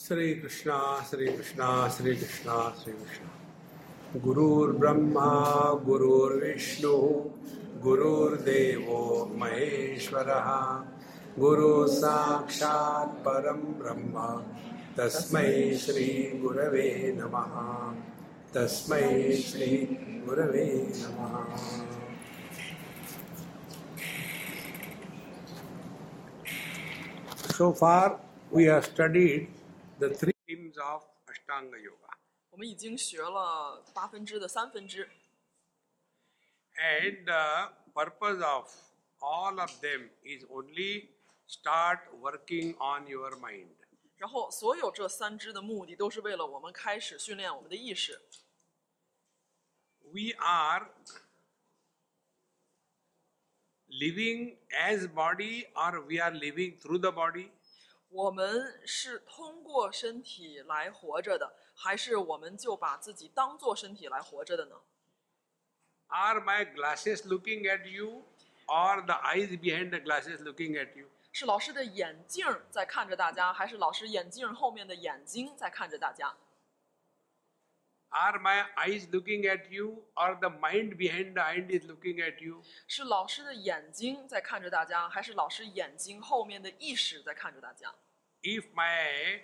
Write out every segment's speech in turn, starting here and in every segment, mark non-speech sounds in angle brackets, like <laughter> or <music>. श्री कृष्णा श्री कृष्णा श्री कृष्णा श्री कृष्णा गुरुर्ब्रह्मा गुरुर्विष्णु गुरुर्देव महेश्वरः गुरु साक्षात् परं ब्रह्म तस्मै श्रीगुरवे नमः तस्मै श्रीगुरवे नमः So far, we have studied the three limbs of Ashtanga Yoga. 我们已经学了八分之的三分之， And the purpose of all of them is only start working on your mind. 然后所有这三支的目的都是为了我们开始训练我们的意识。 We are living as body or we are living through the body. 我们是通过身体来活着的，还是我们就把自己当做身体来活着的呢？ Are my glasses looking at you or the eyes behind the glasses looking at you? 是老师的眼镜儿在看着大家，还是老师眼镜儿后面的眼睛在看着大家？ Are my eyes looking at you or the mind behind the mind is looking at you? 是老师的眼睛在看着大家，还是老师眼睛后面的意识在看着大家？ If my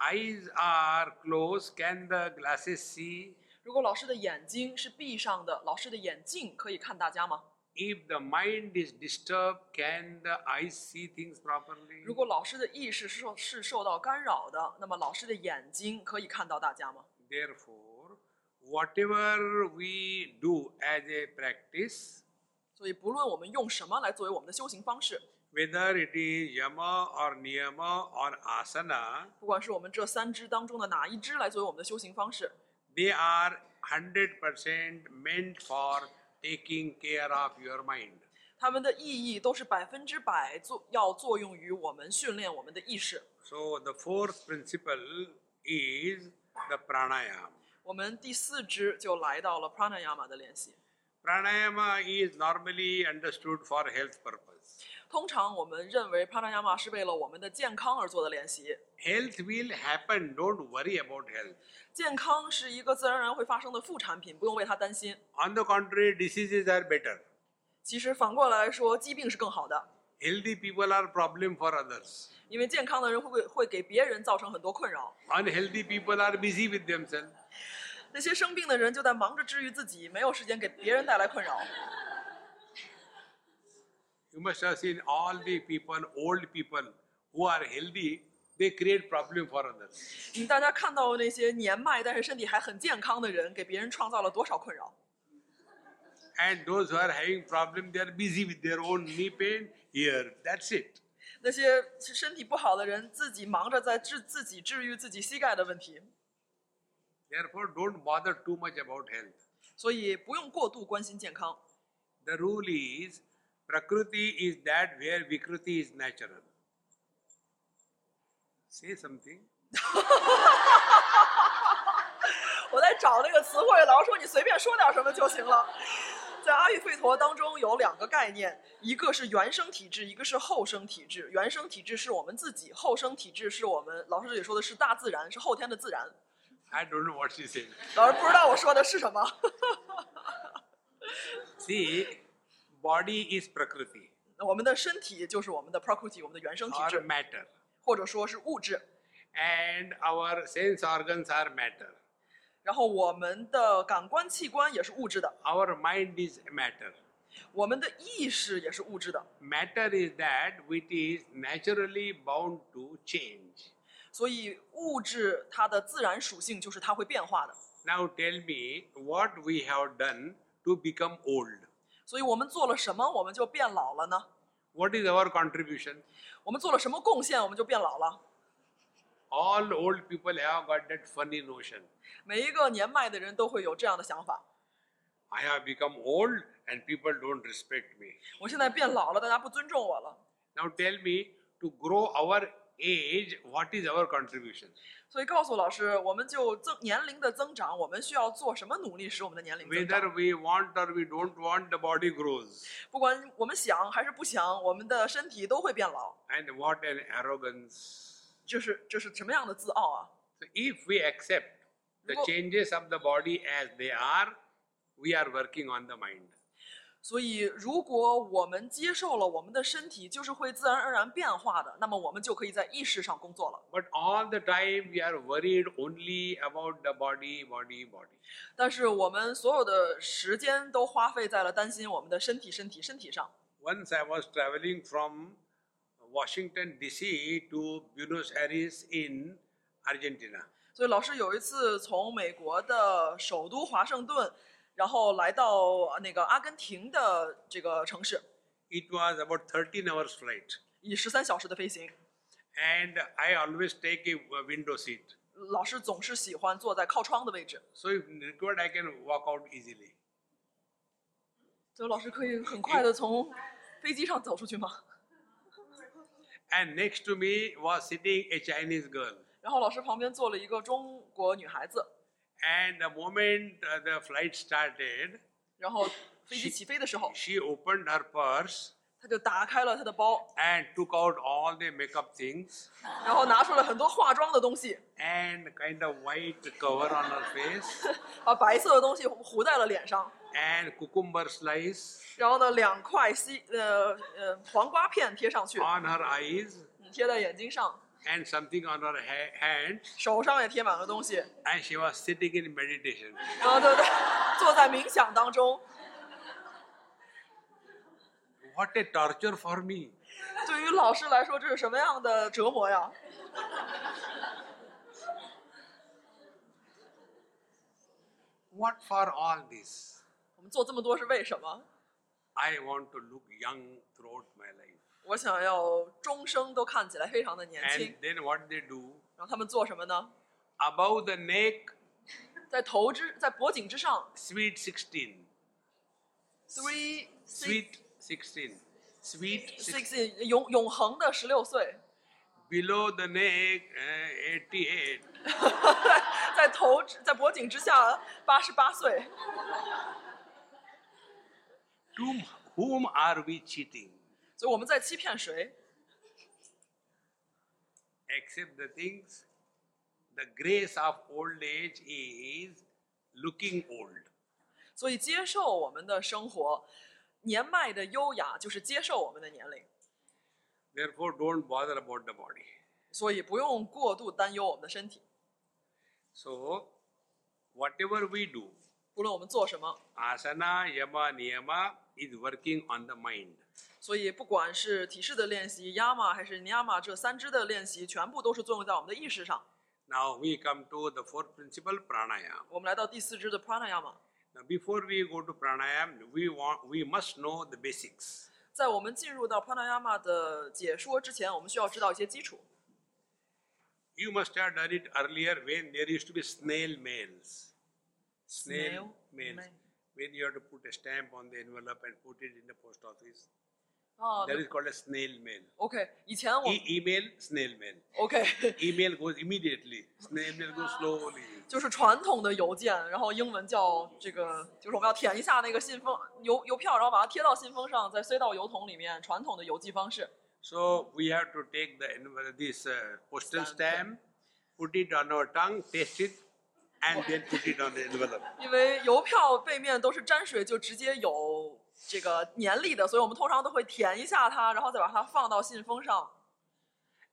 eyes are closed, can the glasses see? 如果老师的眼睛是闭上的，老师的眼镜可以看大家吗？ If the mind is disturbed, can the eyes see things properly? 如果老师的意识是受是受到干扰的，那么老师的眼睛可以看到大家吗？ Therefore, whatever we do as a practice, 所以，不论我们用什么来作为我们的修行方式， whether it is yama or niyama or asana, 不管是我们这三支当中的哪一支来作为我们的修行方式， they are 100% meant for taking care of your mind. 它们的意义都是百分之百作要作用于我们训练我们的意识。 So, the fourth principle is the pranayama. 我们第四支就来到了 pranayama 的练习。 Pranayama is normally understood for health purpose. 通常我们认为 pranayama 是为了我们的健康而做的练习， Health will happen, don't worry about health. 健康是一个自然而然会发生的副产品，不用为它担心。 On the contrary, diseases are better. 其实反过来说，疾病是更好的。 Healthy people are problem for others. 因为健康的人会给会给别人造成很多困扰。 Unhealthy people are busy with themselves. 那些生病的人就在忙着治愈自己，没有时间给别人带来困扰。 You must have seen all the people, old people who are healthy, they create problem for others. 你大家看到那些年迈但是身体还很健康的人，给别人创造了多少困扰？ And those who are having problem, they are busy with their own knee pain here. That's it. 那些身体不好的人自己忙着在治自己治愈自己膝盖的问题， Therefore, don't bother too much about health. 所以不用过度关心健康。 The rule is Prakriti is that where Vikriti is natural. Say something. 我在找那个词汇，老师说你随便说点什么就行了。在阿育吠陀当中有两个概念，一个是原生体质，一个是后生体质。原生体质是我们自己，后生体质是我们老师这里说的是大自然，是后天的自然。 I don't know what she said. 老师不知道我说的是什么。 <laughs> See, body is Prakriti 我们的身体就是我们的 prakriti，我们的原生体 or 质， matter, 或者说是物质。 and our sense organs are matter. 然后我们的感官器官也是物质的， Our mind is matter. 我们的意识也是物质的。 Matter is that which is naturally bound to change. 所以物质它的自然属性就是它会变化的。 Now tell me what we have done to become old. 所以我们做了什么，我们就变老了呢？ What is our contribution? 我们做了什么贡献，我们就变老了？ All old people have got that funny notion. 每一个年迈的人都会有这样的想法： I have become old and people don't respect me. 我现在变老了，大家不尊重我了。 Now tell me to grow our age, what is our contribution? 所以告诉老师，我们就增年龄的增长，我们需要做什么努力使我们的年龄增长？ Whether we want or we don't want, the body grows. 不管我们想还是不想，我们的身体都会变老。 And what an arrogance. 就是这是什么样的自傲啊？ So if we accept the Wo- changes of the body as they are, we are working on the mind. 所以，如果我们接受了我们的身体就是会自然而然变化的，那么我们就可以在意识上工作了。 But all the time we are worried only about the body, body, body. 但是我们所有的时间都花费在了担心我们的身体、身体、身体上。 Once I was traveling from Washington DC to Buenos Aires in Argentina. 所以老师有一次从美国的首都华盛顿，然后来到那个阿根廷的这个城市， It was about 13 hours flight. 以十三小时的飞行。 And I always take a w- window seat. 老师总是喜欢坐在靠窗的位置， So if required, I can walk out easily. 所以老师可以很快的从飞机上走出去吗？ <laughs> And next to me was sitting a Chinese girl. 然后老师旁边坐了一个中国女孩子， And the moment uh, the flight started, 然后飞机起飞的时候， she opened her purse 她就打开了她的包， and took out all the makeup things 然后拿出了很多化妆的东西， and kind of white cover on her face 把白色的东西糊在了脸上， and cucumber slice 然后呢，两块西呃呃黄瓜片贴上去，嗯 on her eyes 贴在眼睛上， and something on her ha- hand 手上也贴满了东西， and she was sitting in meditation 然后就坐在冥想当中。 what a torture for me 对于老师来说，这是什么样的折磨呀？ what for all this 我们做这么多是为什么？ i want to look young throughout my life 我想要终生都看起来非常的年 and 轻。 then what they do 然后他们做什么呢？ above the neck 在头之在脖颈之上 sweet 16 ，three sweet 16 sweet 16 six 永永恒的十六岁， below the neck uh, 88在头之在脖颈之下八十八岁。 to whom are we cheating 所以我们在欺骗谁？ except the things the grace of old age is looking old 所以接受我们的生活，年迈的优雅就是接受我们的年龄， therefore don't bother about the body 所以不用过度担忧我们的身体。 so whatever we do 不论我们做什么， asana yama niyama is working on the mind 所以不管是体式的练习、yama 还是 niyama 这三支的练习，全部都是作用在我们的意识上。 now we come to the fourth principle pranayama 我们来到第四支的 pranayama， now before we go to pranayama we want we must know the basics 在我们进入到 pranayama 的解说之前，我们需要知道一些基础。 You must have done it earlier when there used to be snail mails. Snail, Snail mails. mail. When you have to put a stamp on the envelope and put it in the post office. 啊 That is called a snail mail. OK，以前我 E- email, snail mail. OK Email goes immediately. Snail mail goes slowly. 就是传统的邮件，然后英文叫这个，就是我们要舔一下那个信封邮邮票，然后把它贴到信封上，再塞到邮筒里面。传统的邮寄方式， So we have to take the envelope, this uh, postal stamp, Stamp. put it on our tongue, taste it, and then put it on the envelope. 因为邮票背面都是沾水，就直接有这个粘力的，所以我们通常都会舔一下它，然后再把它放到信封上。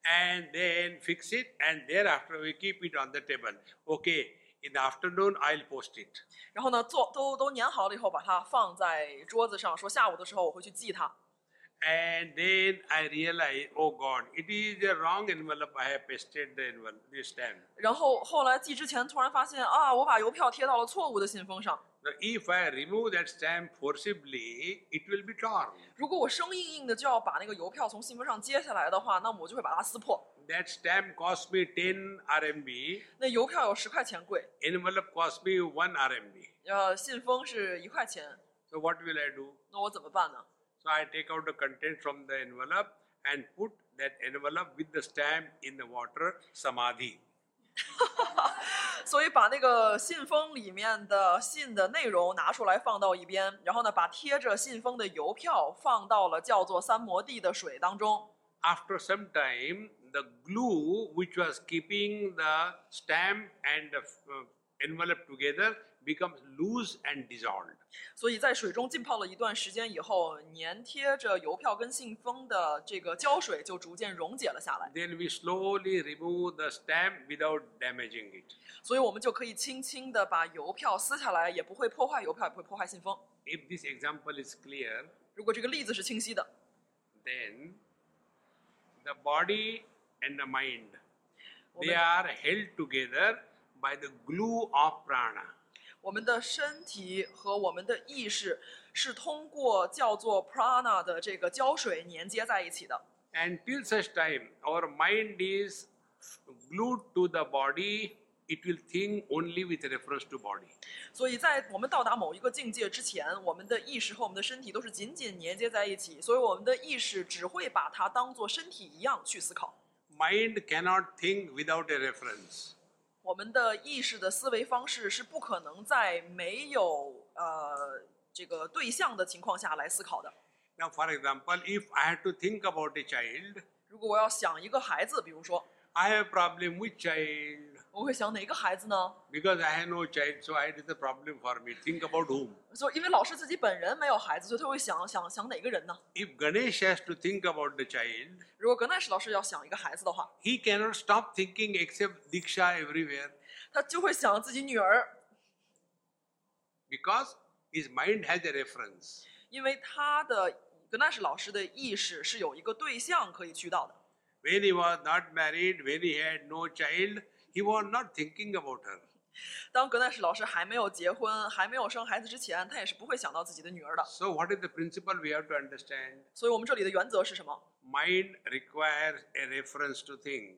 and then fix it and thereafter we keep it on the table okay in the afternoon i'll post it 然后呢，做都都粘好了以后，把它放在桌子上，说下午的时候我会去寄它。 and then i realize oh god it is a wrong envelope i have pasted the envelope this time 然后后来寄之前突然发现啊，我把邮票贴到了错误的信封上。 now if i remove that stamp forcibly it will be torn 如果我生硬硬的就要把那个邮票从信封上揭下来的话，那么我就会把它撕破。 that stamp cost me 10 rmb 那邮票有十块钱贵， envelope cost me 1 rmb 呃，信封是一块钱， so what will i do 那我怎么办呢？ so i take out the content from the envelope and put that envelope with the stamp in the water samadhi 所以把那个信封里面的信的内容拿出来放到一边，然后呢，把贴着信封的邮票放到了叫做三摩地的水当中。 after some time the the glue which was keeping the stamp and the uh, envelope together becomes loose and dissolved. 所以在水中浸泡了一段时间以后，粘贴着邮票跟信封的这个胶水就逐渐溶解了下来。 Then we slowly remove the stamp without damaging it. 所以我们就可以轻轻地把邮票撕下来，也不会破坏邮票，也不会破坏信封。 If this example is clear, 如果这个例子是清晰的， then the body and the mind they Woman. are held together by the glue of prana 我们的身体和我们的意识是通过叫做 prana 的这个胶水粘接在一起的。 and till such time our mind is glued to the body it will think only with reference to body 所以在我们到达某一个境界之前，我们的意识和我们的身体都是紧紧粘接在一起，所以我们的意识只会把它当做身体一样去思考。 mind cannot think without a reference 我们的意识的思维方式是不可能在没有呃这个对象的情况下来思考的。 now for example if i had to think about a child 如果我要想一个孩子，比如说 i have a problem with child 我会想哪个孩子呢？ because i have no child so it is a problem for me think about whom 所以因为老师自己本人没有孩子，所以他会想想想哪个人呢？ if Ganesh has to think about the child, 如果格奈什老师要想一个孩子的话， he cannot stop thinking except Diksha everywhere 他就会想自己女儿， because his mind has a reference. 因为他的格奈什老师的意识是有一个对象可以去到的。 When he was not married, when he had no child, he was not thinking about her. 当格奈什老师还没有结婚、还没有生孩子之前，他也是不会想到自己的女儿的。 So, what is the principle we have to understand? 所以我们这里的原则是什么？ Mind requires a reference to think,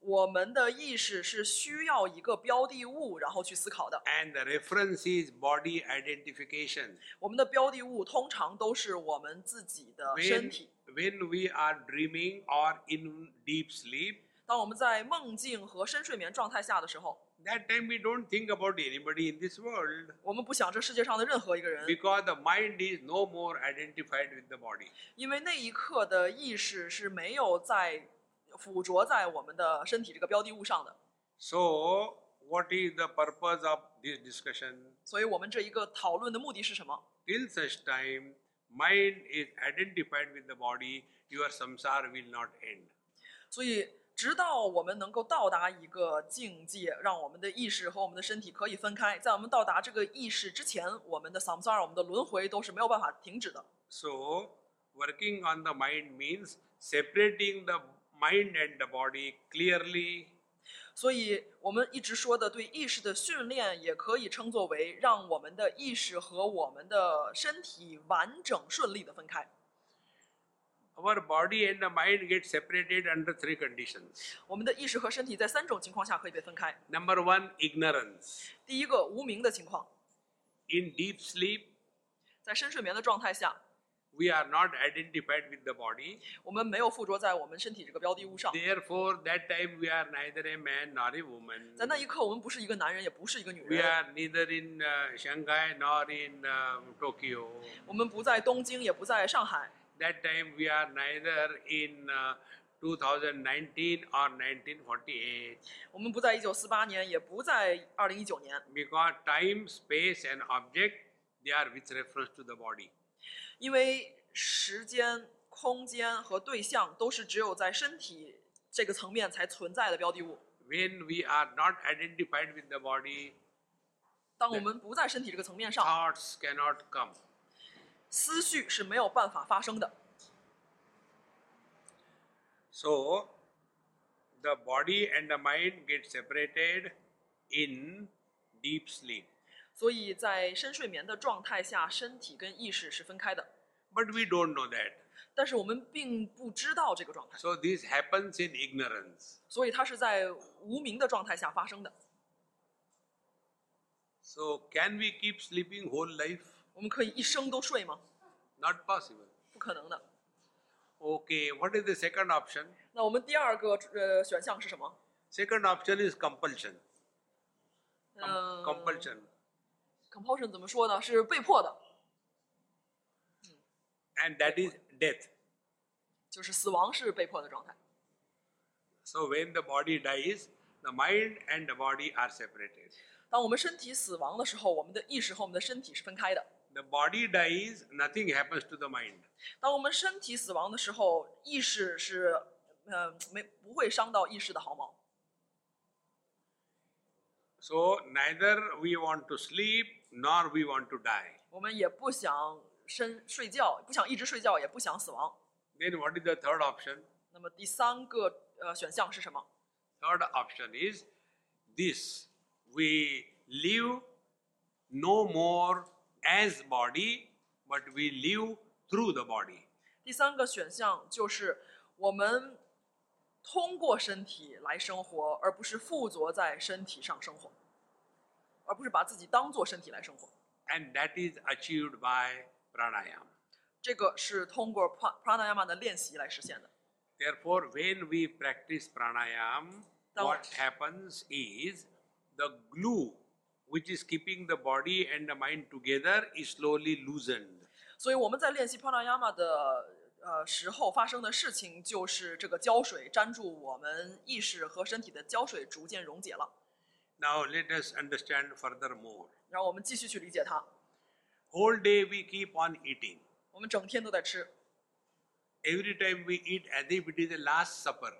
我们的意识是需要一个标的物，然后去思考的。 and the reference is body identification. 我们的标的物通常都是我们自己的身 When, 体。 when we are dreaming or in deep sleep, 当我们在梦境和深睡眠状态下的时候， that time we don't think about anybody in this world. 我们不想这世界上的任何一个人， because the mind is no more identified with the body. 因为那一刻的意识是没有在附着在我们的身体这个标的物上的。 So, what is the purpose of this discussion? 所以，我们这一个讨论的目的是什么？ Till such time, mind is identified with the body, your samsara will not end. 所以，直到我们能够到达一个境界，让我们的意识和我们的身体可以分开，在我们到达这个意识之前，我们的 samsara，我们的轮回都是没有办法停止的。 So, working on the mind means separating the mind and the body clearly 所以，我们一直说的对意识的训练，也可以称作为让我们的意识和我们的身体完整顺利的分开。 our body and the mind get separated under three conditions. 我们的意识和身体在三种情况下可以被分开。 Number one, ignorance. 第一个，无名的情况， In deep sleep, 在深睡眠的状态下， we are not identified with the body. 我们没有附着在我们身体这个标的物上， Therefore, that time we are neither a man nor a 在那一 woman. 刻，我们不是一个男人，也不是一个女 We 人， are neither in uh, Shanghai nor in um, Tokyo. 我们不在东京，也不在上海， That time we are neither in uh, 2019 or 1948我们不在一九四八年，也不在二零一九年， because time, space, and object they are with reference to the body. 因为时间、空间和对象都是只有在身体这个层面才存在的标的物。 When we are not identified with the body, 当我们不在身体这个层面上， thoughts cannot come. 思绪是没有办法发生的。 So, the body and the mind get separated in deep sleep. 所以在深睡眠的状态下，身体跟意识是分开的， But we don't know that. 但是我们并不知道这个状态， So, this happens in ignorance. 所以它是在无名的状态下发生的。 So, can we keep sleeping whole life? 我们可以一生都睡吗？ Not possible. 不可能的。 Okay, what is the second option? 那我们第二个呃选项是什么？ Second option is compulsion. Com- 嗯 compulsion. compulsion 怎么说呢？是被迫的， And that is death. 就是死亡是被迫的状态。 So when the body dies, the mind and the body are separated. 当我们身体死亡的时候，我们的意识和我们的身体是分开的。 The body dies, nothing happens to the mind. 当我们身体死亡的时候，意识是，呃，没不会伤到意识的毫毛。 So neither we want to sleep nor we want to die. 我们也不想深睡觉，不想一直睡觉，也不想死亡。 Then what is the third option? 那么第三个呃选项是什么？ Third option is this we live no more as body, but we live through the body. 第三个选项就是我们通过身体来生活，而不是附着在身体上生活，而不是把自己当做身体来生活。 And that is achieved by pranayama. 这个是通过 pra- pranayama 的练习来实现的。 Therefore, when we practice pranayam, Now- what happens is the glue which is keeping the body and the mind together is slowly loosened. 所以我们在练习 pranayama 的呃时候发生的事情，就是这个胶水粘住我们意识和身体的胶水逐渐溶解了。 Now, let us understand furthermore. 然后我们继续去理解它。 Whole day we keep on eating. 我们整天都在吃， Every time we eat, as if it is the last supper.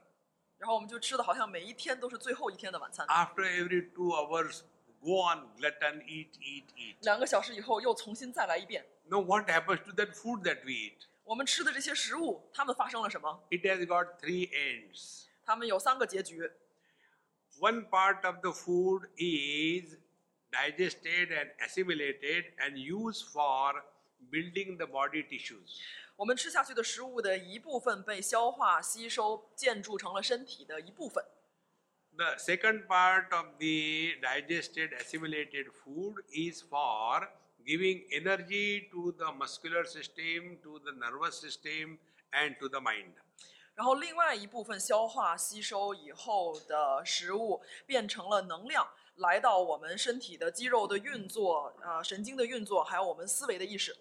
然后我们就吃的好像每一天都是最后一天的晚餐。 After every two hours, go on glutton, eat, eat, eat. 两个小时以后又重新再来一遍。 Now, what happens to that food that we eat? 我们吃的这些食物，它们发生了什么？ It has got three ends. 它们有三个结局。 One part of the food is digested and assimilated and used for building the body tissues. 我们吃下去的食物的一部分被消化、吸收、建筑成了身体的一部分。 The second part of the digested assimilated food is for giving energy to the muscular system, to the nervous system, and to the mind. 然后另外一部分消化吸收以后的食物变成了能量，来到我们身体的肌肉的运作、呃神经的运作，还有我们思维的意识。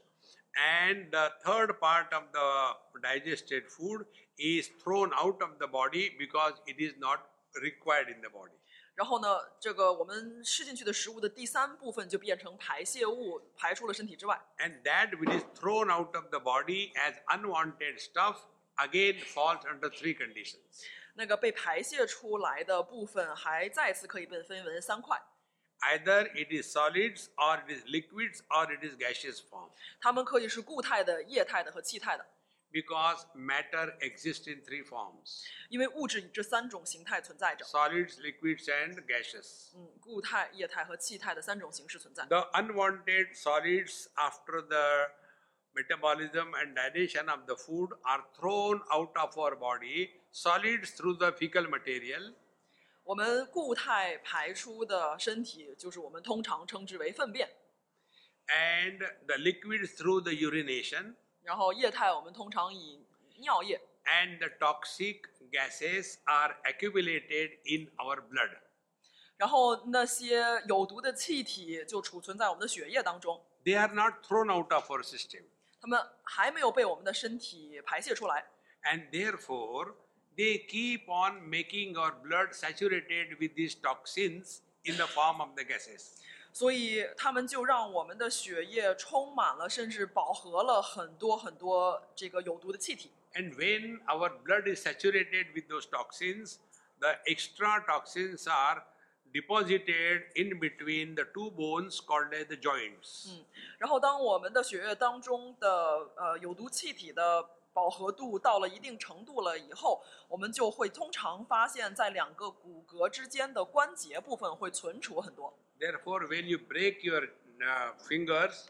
And the third part of the digested food is thrown out of the body because it is not required in the body. 然后呢，这个我们吃进去的食物的第三部分就变成排泄物，排出了身体之外。 And that which is thrown out of the body as unwanted stuff again falls under three conditions. 那个被排泄出来的部分还再次可以被分为三块， Either it is solids or it is liquids or it is gaseous form. 它们可以是固态的、液态的和气态的， Because matter exists in three forms 因为物质以这三种形态存在着。 solids, liquids, and gaseous. 嗯，固态、液态和气态的三种形式存在。 The unwanted solids after the metabolism and digestion of the food are thrown out of our body, solids through the fecal material, 我们固态排出的身体，就是我们通常称之为粪便； and the liquids through the urination, 然后液态，我们通常以尿液。 and the toxic gases are accumulated in our blood. 然后那些有毒的气体就储存在我们的血液当中， They are not thrown out of our system, 它们还没有被我们的身体排泄出来， and therefore, they keep on making our blood saturated with these toxins in the form of the gases. 所以它们就让我们的血液充满了，甚至饱和了很多很多这个有毒的气体。 And when our blood is saturated with those toxins, the extra toxins are deposited in between the two bones called as the joints. 然后，当我们的血液当中的呃有毒气体的饱和度到了一定程度了以后，我们就会通常发现，在两个骨骼之间的关节部分会存储很多。 Therefore, when you break your uh, fingers,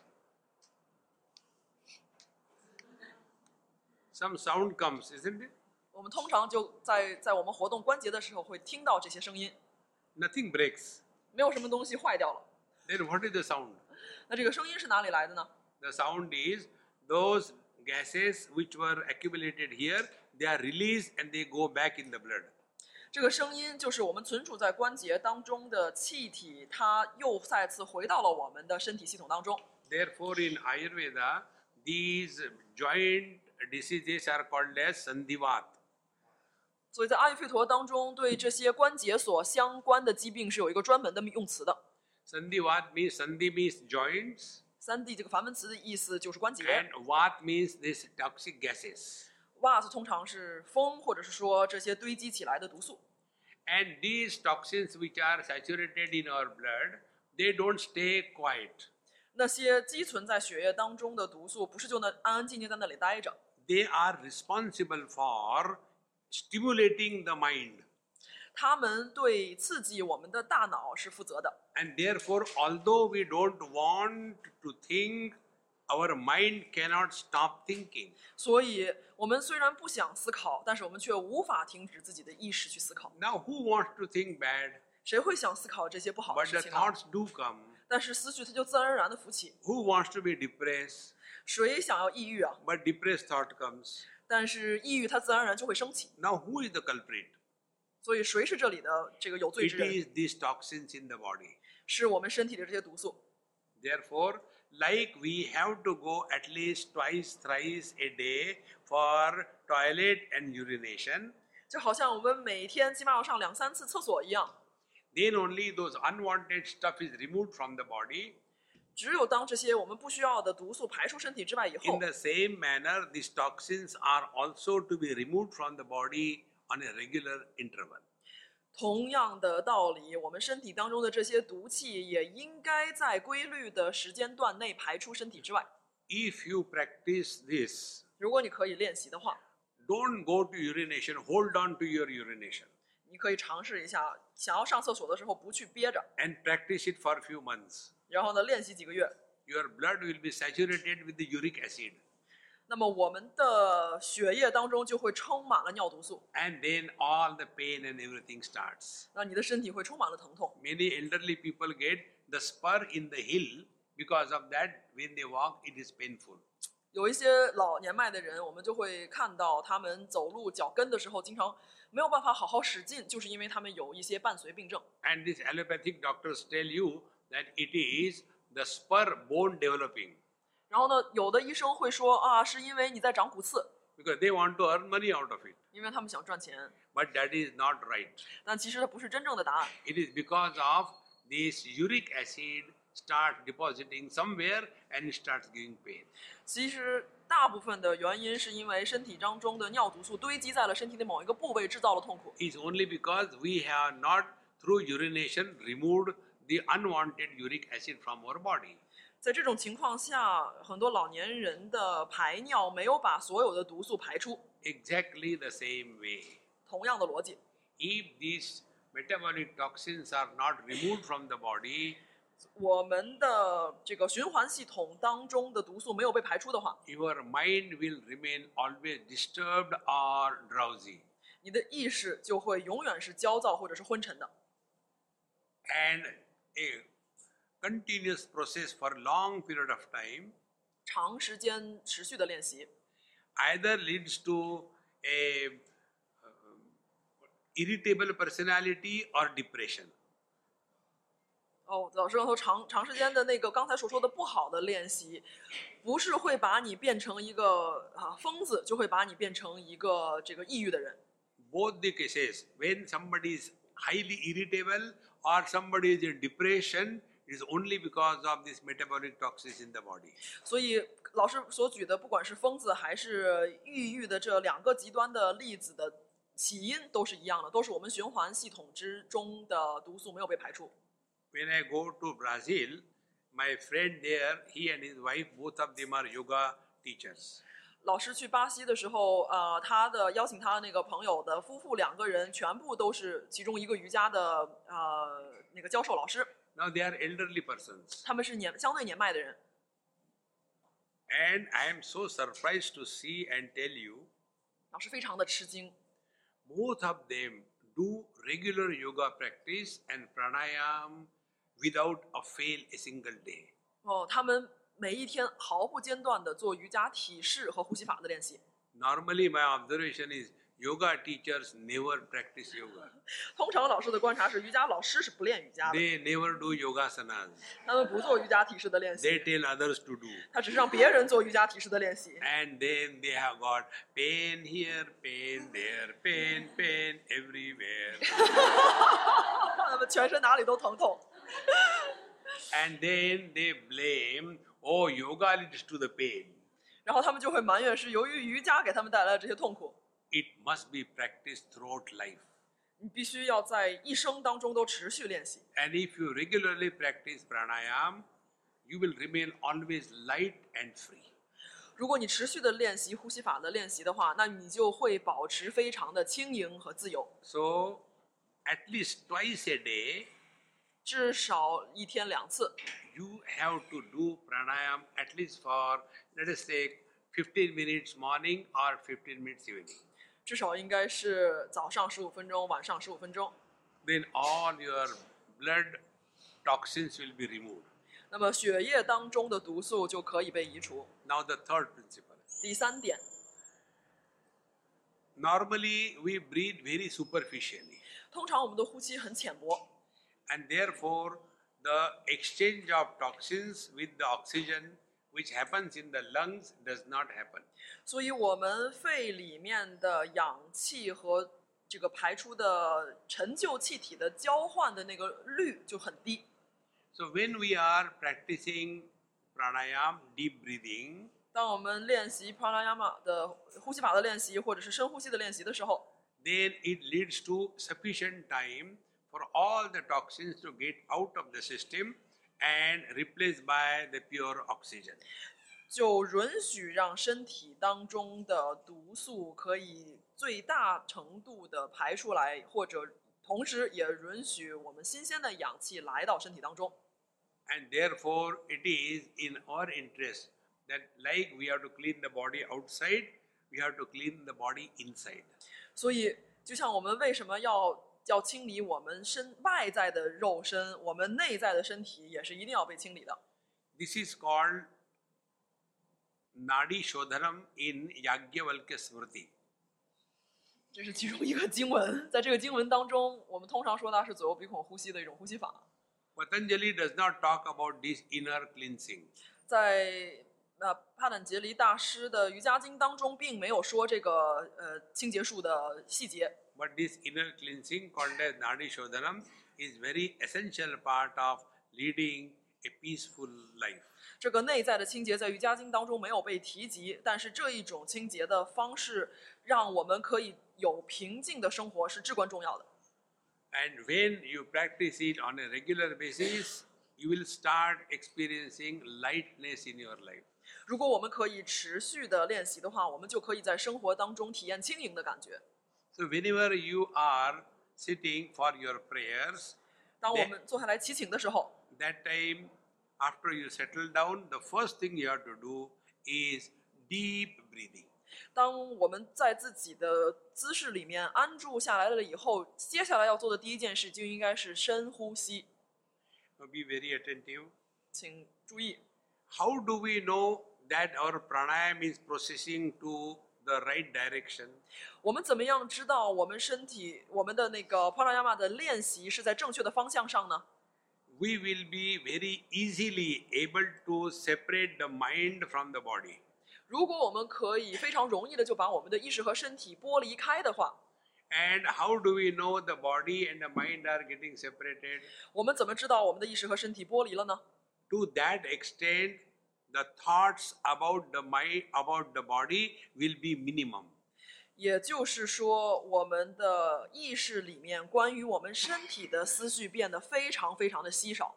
some sound comes, isn't it? 我们通常就在在我们活动关节的时候会听到这些声音， Nothing breaks. 没有什么东西坏掉了。 Then what is the sound? 那这个声音是哪里来的呢？ The sound is those gases which were accumulated here, they are released and they go back in the blood. 这个声音就是我们存储在关节当中的气体，它又再次回到了我们的身体系统当中。 Therefore, in Ayurveda, these joint diseases are called as sandhivat. 所以在阿育吠陀当中，对这些关节所相关的疾病是有一个专门的用词的。 Sandhi Vat means Sandhi means joints 三 D 这个梵文词的意思就是关节 and Vat means this toxic gases. ，vas 通常是风或者是说这些堆积起来的毒素。 And these toxins which are saturated in our blood, they don't stay quiet. 那些积存在血液当中的毒素，不是就那安安静静在那里待着， They are responsible for stimulating the mind. 它们对刺激我们的大脑是负责的。 And therefore, although we don't want to think, our mind cannot stop thinking. 所以，我们虽然不想思考，但是我们却无法停止自己的意识去思考。 Now, who wants to think bad? 谁会想思考这些不好的 But 事 the 情呢？ thoughts do come. 但是思绪它就自然而然的浮起。 Who wants to be depressed? 谁想要抑郁啊？ But depressed thought comes. 但是抑郁它自然而然就会升起。 Now, who is the culprit? 所以，谁是这里的这个有罪之 It 人？ is these toxins in the body. 是我们身体的这些毒素。 Therefore, like we have to go at least twice, thrice a day for toilet and urination, 就好像我们每天起码要上两三次厕所一样， then only those unwanted stuff is removed from the body. 只有当这些我们不需要的毒素排出身体之外以 In 后， the same manner, these toxins are also to be removed from the body on a regular interval. 同样的道理，我们身体当中的这些毒气也应该在规律的时间段内排出身体之外。 If you practice this, 如果你可以练习的话， don't go to urination, hold on to your urination 你可以尝试一下，想要上厕所的时候不去憋着， and practice it for a few months. 然后呢练习几个月。 Your blood will be saturated with the uric acid. 那么我们的血液当中就会充满了尿毒素， And then all the pain and everything starts. 那你的身体会充满了疼痛。 Many elderly people get the spur in the heel because of that when they walk it is painful. 有一些老年迈的人，我们就会看到他们走路脚跟的时候，经常没有办法好好使劲，就是因为他们有一些伴随病症。 And these allopathic doctors tell you that it is the spur bone developing 然后呢，有的医生会说啊，是因为你在长骨刺， because they want to earn money out of it. 因为他们想赚钱， But that is not right. 但其实它不是真正的答案。 It is because of this uric acid starts depositing somewhere and it starts giving pain. 其实大部分的原因是因为身体当中的尿毒素堆积在了身体的某一个部位，制造了痛苦。 is only because we have not through urination removed the unwanted uric acid from our body. 在这种情况下，很多老年人的排尿没有把所有的毒素排出， Exactly the same way. 同样的逻辑。 If these metabolic toxins are not removed from the body, 我们的这个循环系统当中的毒素没有被排出的话， your mind will remain always disturbed or drowsy. 你的意识就会永远是焦躁或者是昏沉的。 And a continuous process for long period of time 长时间持续的练习， either leads to a um, irritable personality or depression. 哦，老师刚才长长时间的那个刚才所说的不好的练习，不是会把你变成一个啊疯子，就会把你变成一个这个抑郁的人。 both the cases when somebody is highly irritable or somebody is in depression it is only because of these metabolic toxins in the body 所以老师所举的，不管是疯子还是抑郁的这两个极端的例子的起因都是一样的，都是我们循环系统之中的毒素没有被排出。 when i go to brazil my friend there he and his wife both of them are yoga teachers 老师去巴西的时候，呃，他的邀请他的那个朋友的夫妇两个人，全部都是其中一个瑜伽的呃那个教授老师， now they are elderly persons 他们是年相对年迈的人。 and i am so surprised to see and tell you 老师非常的吃惊， both of them do regular yoga practice and pranayam without a fail a single day 哦，他们每一天毫不间断的做瑜伽体式和呼吸法的练习。 Normally, my observation is yoga teachers never practice yoga. 通常老师的观察是，瑜伽老师是不练瑜伽的， They never do yogasanas. 他们不做瑜伽体式的练 They 习， tell others to do. 他只是让别人做瑜伽体式的练习。 And then they have got pain here, pain there, pain, pain everywhere. 他们全身哪里都疼痛， and then they blame, oh, yoga leads to the pain. 然后他们就会埋怨是由于瑜伽给他们带来的这些痛苦。 It must be practiced throughout life. 你必须要在一生当中都持续练习。 And if you regularly practice pranayam, you will remain always light and free. 如果你持续的练习呼吸法的练习的话，那你就会保持非常的轻盈和自由。 So, at least twice a day, 至少一天两次， you have to do pranayam at least for, let us say, 15 minutes morning or 15 minutes evening. 至少应该是早上十五分钟，晚上十五分钟。 Then all your blood toxins will be removed. 那么血液当中的毒素就可以被移除。 Now, the third principle. 第三点， Normally, we breathe very superficially, 通常我们的呼吸很浅薄， and therefore, the exchange of toxins with the oxygen, which happens in the lungs, does not happen. 所以我们肺里面的氧气和这个排出的陈旧气体的交换的那个率就很低。 So, when we are practicing pranayam, deep breathing, 当我们练习 pranayama 的呼吸法的练习，或者是深呼吸的练习的时候， then it leads to sufficient time for all the toxins to get out of the system and replaced by the pure oxygen. 就允许让身体当中的毒素可以最大程度的排出来，或者同时也允许我们新鲜的氧气来到身体当中。 And therefore, it is in our interest that, like we have to clean the body outside, we have to clean the body inside. 所以，就像我们为什么要要清理我们身外在的肉身，我们内在的身体也是一定要被清理的。 This is called Nadi Shodhanam in Yajnavalkya Smriti. 这是其中一个经文，在这个经文当中，我们通常说它是左右鼻孔呼吸的一种呼吸法。 Patanjali does not talk about this inner cleansing. 在呃帕坦杰里大师的瑜伽经当中，并没有说这个呃清洁术的细节， But this inner cleansing called as Nadi Shodhanam is very essential part of leading a peaceful life. 这个内在的清洁在瑜伽经当中没有被提及，但是这一种清洁的方式，让我们可以有平静的生活是至关重要的。 And when you practice it on a regular basis, you will start experiencing lightness in your life. 如果我们可以持续的练习的话，我们就可以在生活当中体验轻盈的感觉。 So, whenever you are sitting for your prayers, 当我对们坐下来祈请的时候， that time after you settle down, the first thing you have to do is deep breathing. 当我们在自己的姿势里面安住下来了以后，接下来要做的第一件事就应该是深呼吸， Now be very attentive. 请注意。 How do we know that our pranayam is processing to the right direction? 我们怎么样知道我们身体我们的那个 pranayama 的练习是在正确的方向上呢？ We will be very easily able to separate the mind from the body. 如果我们可以非常容易的就把我们的意识和身体剥离开的话， And how do we know the body and the mind are getting separated? 我们怎么知道我们的意识和身体剥离了呢？ To that extent, the thoughts about the mind, about the body will be minimum. 也就是说，我们的意识里面关于我们身体的思绪变得非常非常的稀少。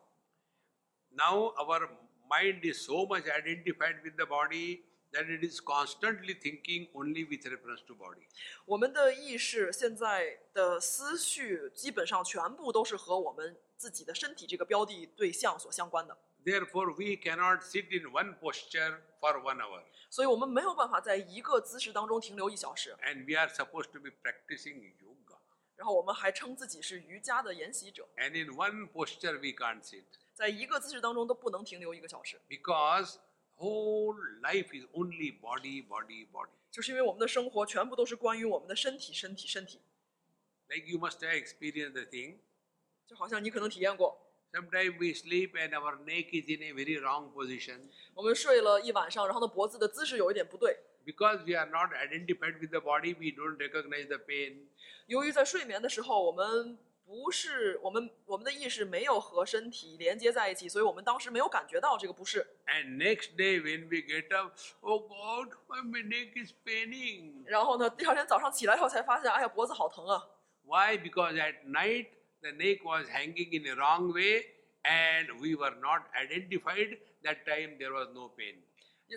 Now our mind is so much identified with the body that it is constantly thinking only with reference to body. 我们的意识现在的思绪基本上全部都是和我们自己的身体这个标的对象所相关的， Therefore, we cannot sit in one posture for one hour. 所以我们没有办法在一个姿势当中停留一小时。 And we are supposed to be practicing yoga. 然后我们还称自己是瑜伽的研习者， And in one posture, we can't sit 在一个姿势当中都不能停留一个小时， because whole life is only body, body, body. 就是因为我们的生活全部都是关于我们的身体、身体、身体， Like you must have experienced the thing. 就好像你可能体验过， Sometimes we sleep and our neck is in a very wrong position 我们睡了一晚上，然后呢脖子的姿势有一点不对， because we are not identified with the body. We don't recognize the pain. 由于在睡眠的时候，我们不是我们我们的意识没有和身体连接在一起，所以我们当时没有感觉到这个不适。 And next day when we get up, oh God, my neck is paining. 然后呢，第二天早上起来以后才发现，哎呀，脖子好疼啊！ Why? Because at night the neck was hanging in a wrong way and we were not identified. That time there was no pain.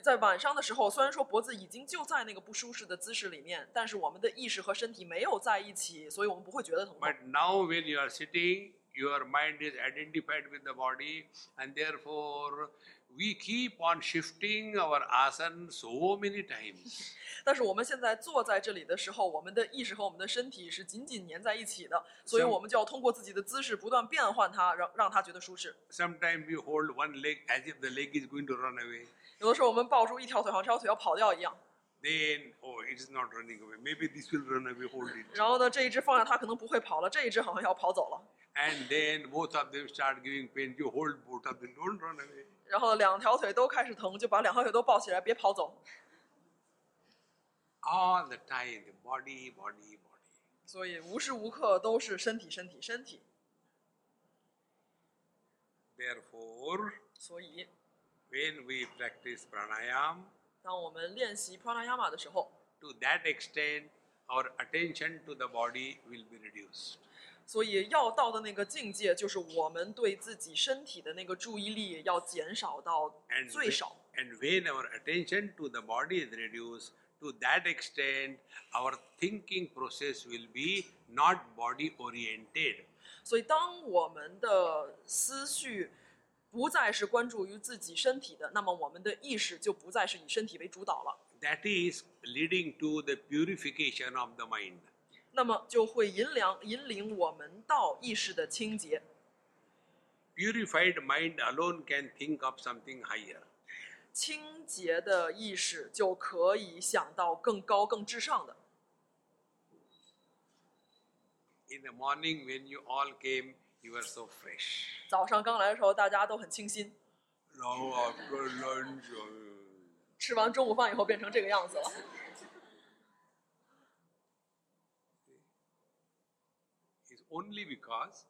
在晚上的时候，虽然说脖子已经就在那个不舒适的姿势里面，但是我们的意识和身体没有在一起，所以我们不会觉得疼痛 But。now when you are sitting, your mind is identified with the body and therefore we keep on shifting our asana so many times. 但是我们现在坐在这里的时候，我们的意识和我们的身体是紧紧粘在一起的，所以行我们就要通过自己的姿势不断变换它，让让它觉得舒适。 Sometimes we hold one leg as if the leg is going to run away. 有的时候我们抱住一条腿，好像这条腿要跑掉一样。 Then, oh, it is not running away. Maybe this will run away, hold it. 然后呢，这一只放下它可能不会跑了，这一只好像要跑走了。 And then both of them start giving pain. You hold both of them, don't run away. 然后两条腿都开始疼，就把两条腿都抱起来，别跑走。 All the time, the body, body, body. 所以无时无刻都是身体，身体，身体。 Therefore, 所以， when we practice pranayam, 当我们练习 pranayama 的时候， to that extent, our attention to the body will be reduced. 所以要到的那个境界，就是我们对自己身体的那个注意力要减少到 And, 最少。 when- and when our attention to the body is reduced, to that extent, our thinking process will be not body oriented. 所以，当我们的思绪不再是关注于自己身体的，那么我们的意识就不再是以身体为主导了。 That is leading to the purification of the mind. 那么就会引领引领我们到意识的清洁。 Purified mind alone can think of something higher. 清洁的意识就可以想到更高、更至上的。 In the morning, when you all came, you were so fresh. 早上刚来的时候，大家都很清新， Now after lunch, uh, 吃完中午饭以后变成这个样子了。 is only because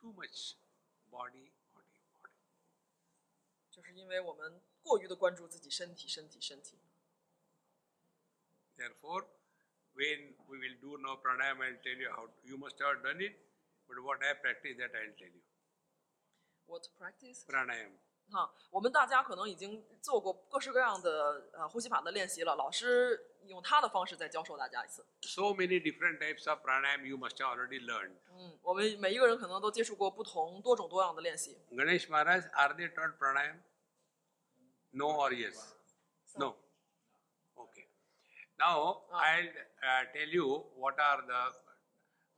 too much body, body, body. 就是因为我们过于的关注自己身体、身体、身体。 Therefore, when we will do now pranayama, I'll tell you how you must have done it. But what I practice that I'll tell you. What practice？ Pranayam. 哈，我们大家可能已经做过各式各样的呃呼吸法的练习了，老师用他的方式再教授大家一次。 So many different types of pranayam you must have already learned. 嗯，我们每一个人可能都接触过不同多种多样的练习。 Ganesh Maharaj, are they taught pranayam? No or yes? No. Okay. Now I'll uh, tell you what are the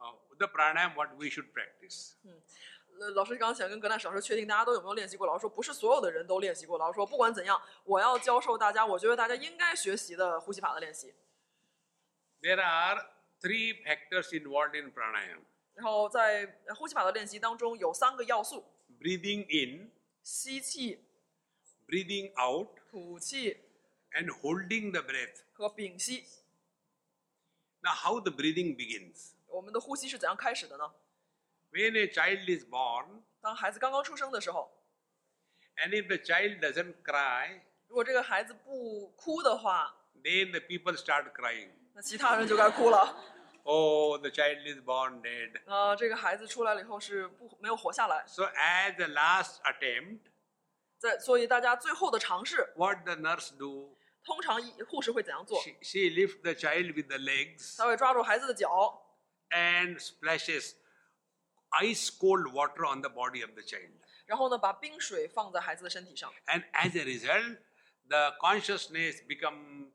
uh, the pranayam what we should practice. 呃，老师刚刚想跟格奈史老师确定大家都有没有练习过，老师说不是所有的人都练习过，老师说不管怎样，我要教授大家，我觉得大家应该学习的呼吸法的练习。 There are three factors involved in pranayam: 然后在呃呼吸法的练习当中有三个要素： breathing in, 吸气、 breathing out, 吐气 and holding the breath. 和屏息。 Now, how the breathing begins? 我们的呼吸是怎样开始的呢？ When a child is born, 当孩子刚刚出生的时候， and if the child doesn't cry, 如果这个孩子不哭的话， then the people start crying. 那其他人就该哭了。 Oh, the child is born dead. 啊，这个孩子出来了以后是不没有活下来， So, as the last attempt, 在所以大家最后的尝试， what the nurse do? 通常一护士会怎样做？ She, she lifts the child with the legs 他会抓住孩子的脚， and splashes ice cold water on the body of the child. 然后呢，把冰水放在孩子的身体上， and as a result the consciousness become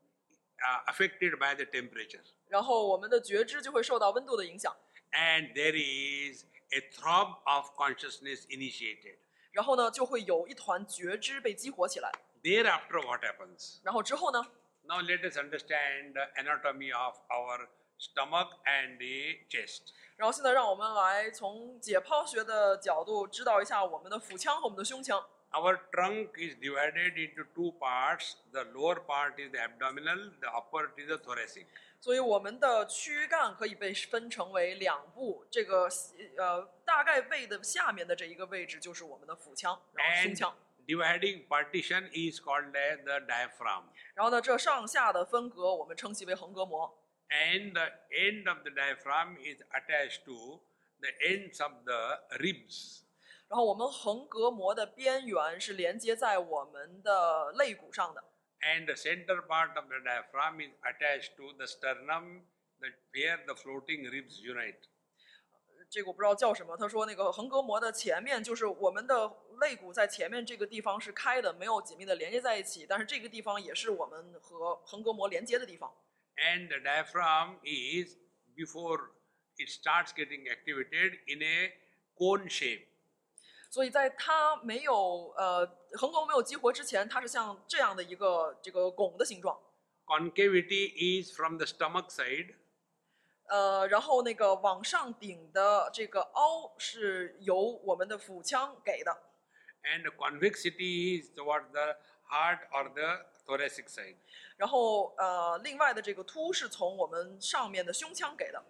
uh, affected by the temperature 然后我们的觉知就会受到温度的影响， and there is a throb of consciousness initiated 然后呢，就会有一团觉知被激活起来。 thereafter what happens 然后之后呢， Now let us understand the anatomy of our stomach and the chest. 然后现在让我们来从解剖学的角度知道一下我们的腹腔和我们的胸腔。 Our trunk is divided into two parts. The lower part is the abdominal, the upper is the thoracic. 所以我们的躯干可以被分成为两部，这个呃大概胃的下面的这一个位置就是我们的腹腔，然后胸 And 腔， dividing partition is called as the diaphragm. 然后呢这上下的分隔我们称其为横膈膜， And the end of the diaphragm is attached to the ends of the ribs. 然后我们横膈膜的边缘是连接在我们的肋骨上的， And the center part of the diaphragm is attached to the sternum, that where the floating ribs unite. 这个我不知道叫什么，他说那个横膈膜的前面就是我们的肋骨在前面这个地方是开的，没有紧密的连接在一起，但是这个地方也是我们和横膈膜连接的地方。 and the diaphragm is before it starts getting activated in a cone shape 所以在它没有呃横膈膜没有激活之前，它是像这样的一个这个拱的形状。 concavity is from the stomach side 呃，然后那个往上顶的这个凹是由我们的腹腔给的， and the convexity is toward the heart or the thoracic side 然后呃，另外的这个凸是从我们上面的胸腔给的。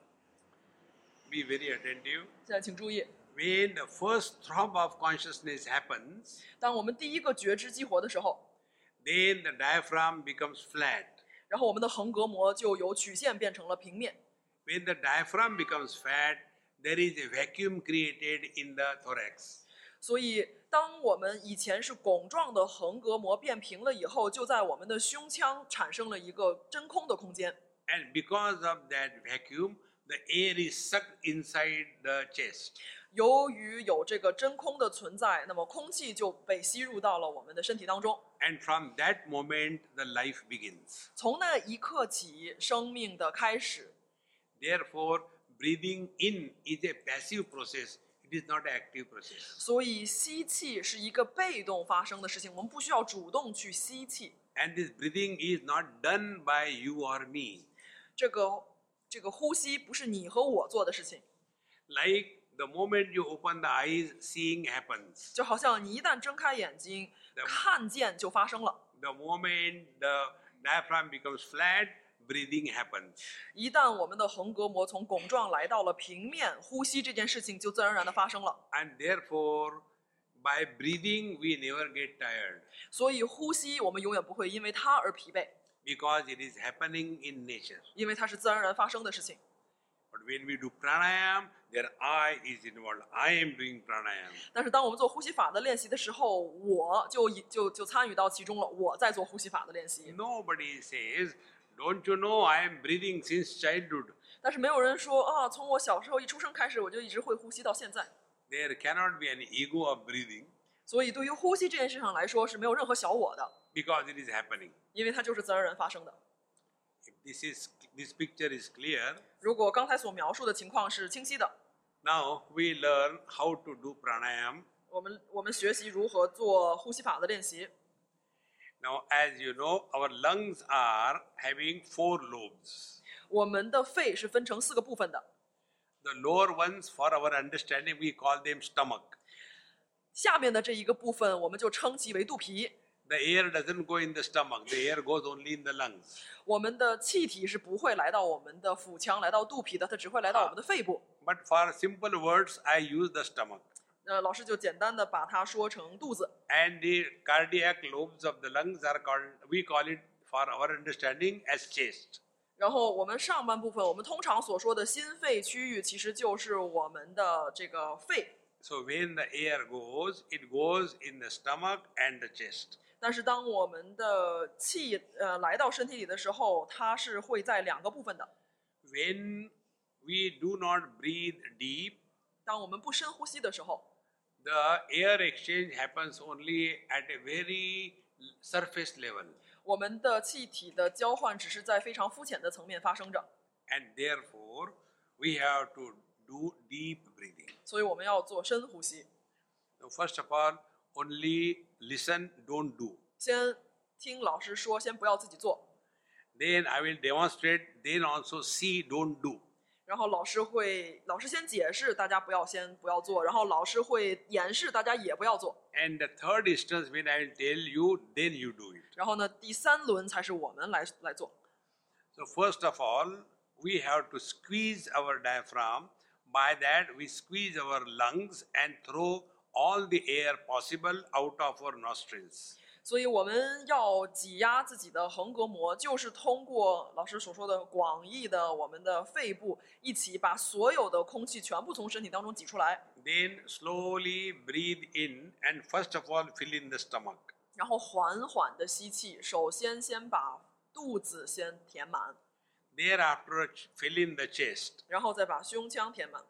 be very attentive 现在请注意， when the first throb of consciousness happens 当我们第一个觉知激活的时候， then the diaphragm becomes flat 然后我们的横膈膜就由曲线变成了平面。 when the diaphragm becomes flat there is a vacuum created in the thorax 所以，当我们以前是拱状的横膈膜变平了以后，就在我们的胸腔产生了一个真空的空间。 and because of that vacuum the air is sucked inside the chest 由于有这个真空的存在，那么空气就被吸入到了我们的身体当中。 and from that moment the life begins 从那一刻起，生命的开始。 therefore breathing in is a passive process it is not an active process 所以，吸气是一个被动发生的事情，我们不需要主动去吸气。 and this breathing is not done by you or me 这个这个呼吸不是你和我做的事情， like the moment you open the eyes seeing happens 就好像你一旦睁开眼睛，对看见就发生了。 the moment the diaphragm becomes flat breathing happens 一旦我们的横膈膜从拱状来到了平面，呼吸这件事情就自然而然的发生了。 and therefore by breathing we never get tired 所以，呼吸我们永远不会因为它而疲惫， because it is happening in nature. 因为它是自然而然发生的事情。 But when we do pranayam, their I is involved. I am doing pranayam. 但是，当我们做呼吸法的练习的时候，我就已就就参与到其中了。我在做呼吸法的练习， Nobody says, Don't you know I am breathing since childhood? 但是没有人说啊，从我小时候一出生开始，我就一直会呼吸到现在。 There cannot be an ego of breathing 所以，对于呼吸这件事上来说，是没有任何小我的， because it is happening. 因为它就是自然而然发生的。 If this is this picture is clear, 如果刚才所描述的情况是清晰的， now we learn how to do pranayam. 我们我们学习如何做呼吸法的练习。 Now, as you know, our lungs are having four lobes. 我们的肺是分成四个部分的， The lower ones, for our understanding, we call them stomach. 下面的这一个部分我们就称其为肚皮。 The air doesn't go in the stomach, the air goes only in the lungs. 我们的气体是不会来到我们的腹腔，来到肚皮的，它只会来到我们的肺部。 But for simple words, I use the stomach. 呃，老师就简单的把它说成肚子。 And the cardiac lobes of the lungs are called, we call it for our understanding as chest. 然后我们上半部分，我们通常所说的心肺区域，其实就是我们的这个肺。 So when the air goes, it goes in the stomach and the chest. 但是当我们的气呃来到身体里的时候，它是会在两个部分的。 When we do not breathe deep, 当我们不深呼吸的时候， the air exchange happens only at a very surface level. 我们的气体的交换只是在非常肤浅的层面发生着。 And therefore, we have to do deep breathing. 所以我们要做深呼吸， Now, first of all, only listen, don't do. 先听老师说，先不要自己做。 Then I will demonstrate, then also see, don't do. 然后老师会，老师先解释，大家不要先不要做，然后老师会演示，大家也不要做。 And the third instance, when I will tell you, then you do it. 然后呢，第三轮才是我们来来做。 So, first of all, we have to squeeze our diaphragm. By that, we squeeze our lungs and throw all the air possible out of our nostrils. 所以我们要挤压自己的横膈膜，就是通过老师所说的广义的我们的肺部，一起把所有的空气全部从身体当中挤出来， Then, slowly breathe in and first of all, fill in the stomach. 然后缓缓的吸气。首先先把肚子先填满， Thereafter, fill in the chest. 然后再把胸腔填满。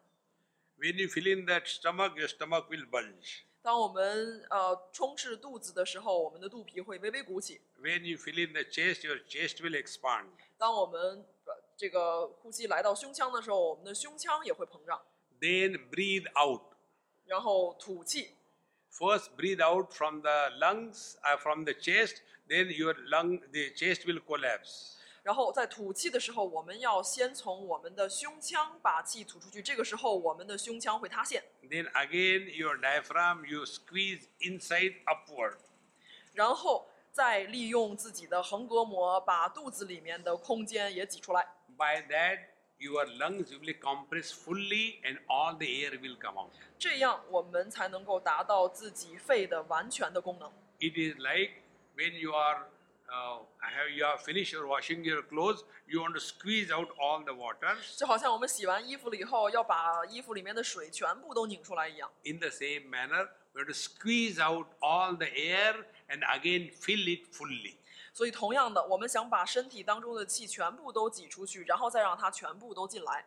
When you fill in that stomach, your stomach will bulge. 当我们呃充斥肚子的时候，我们的肚皮会微微鼓起； When you fill in the chest, your chest will expand. 当我们呃这个呼吸来到胸腔的时候，我们的胸腔也会膨胀。 Then breathe out. 然后吐气， First, breathe out from the lungs, uh, from the chest. Then your lung, the chest will collapse. 然后在吐气的时候，我们要先从我们的胸腔把气吐出去。这个时候，我们的胸腔会塌陷。 Then again, your diaphragm, you squeeze inside upward. 然后再利用自己的横膈膜把肚子里面的空间也挤出来。 By that, your lungs will compress fully, and all the air will come out. 这样我们才能够达到自己肺的完全的功能。 It is like when you are uh, have you are finished your washing your clothes, you want to squeeze out all the water. 就好像我们洗完衣服了以后，要把衣服里面的水全部都拧出来一样。 In the same manner, we have to squeeze out all the air and again fill it fully. 所以，同样的，我们想把身体当中的气全部都挤出去，然后再让它全部都进来。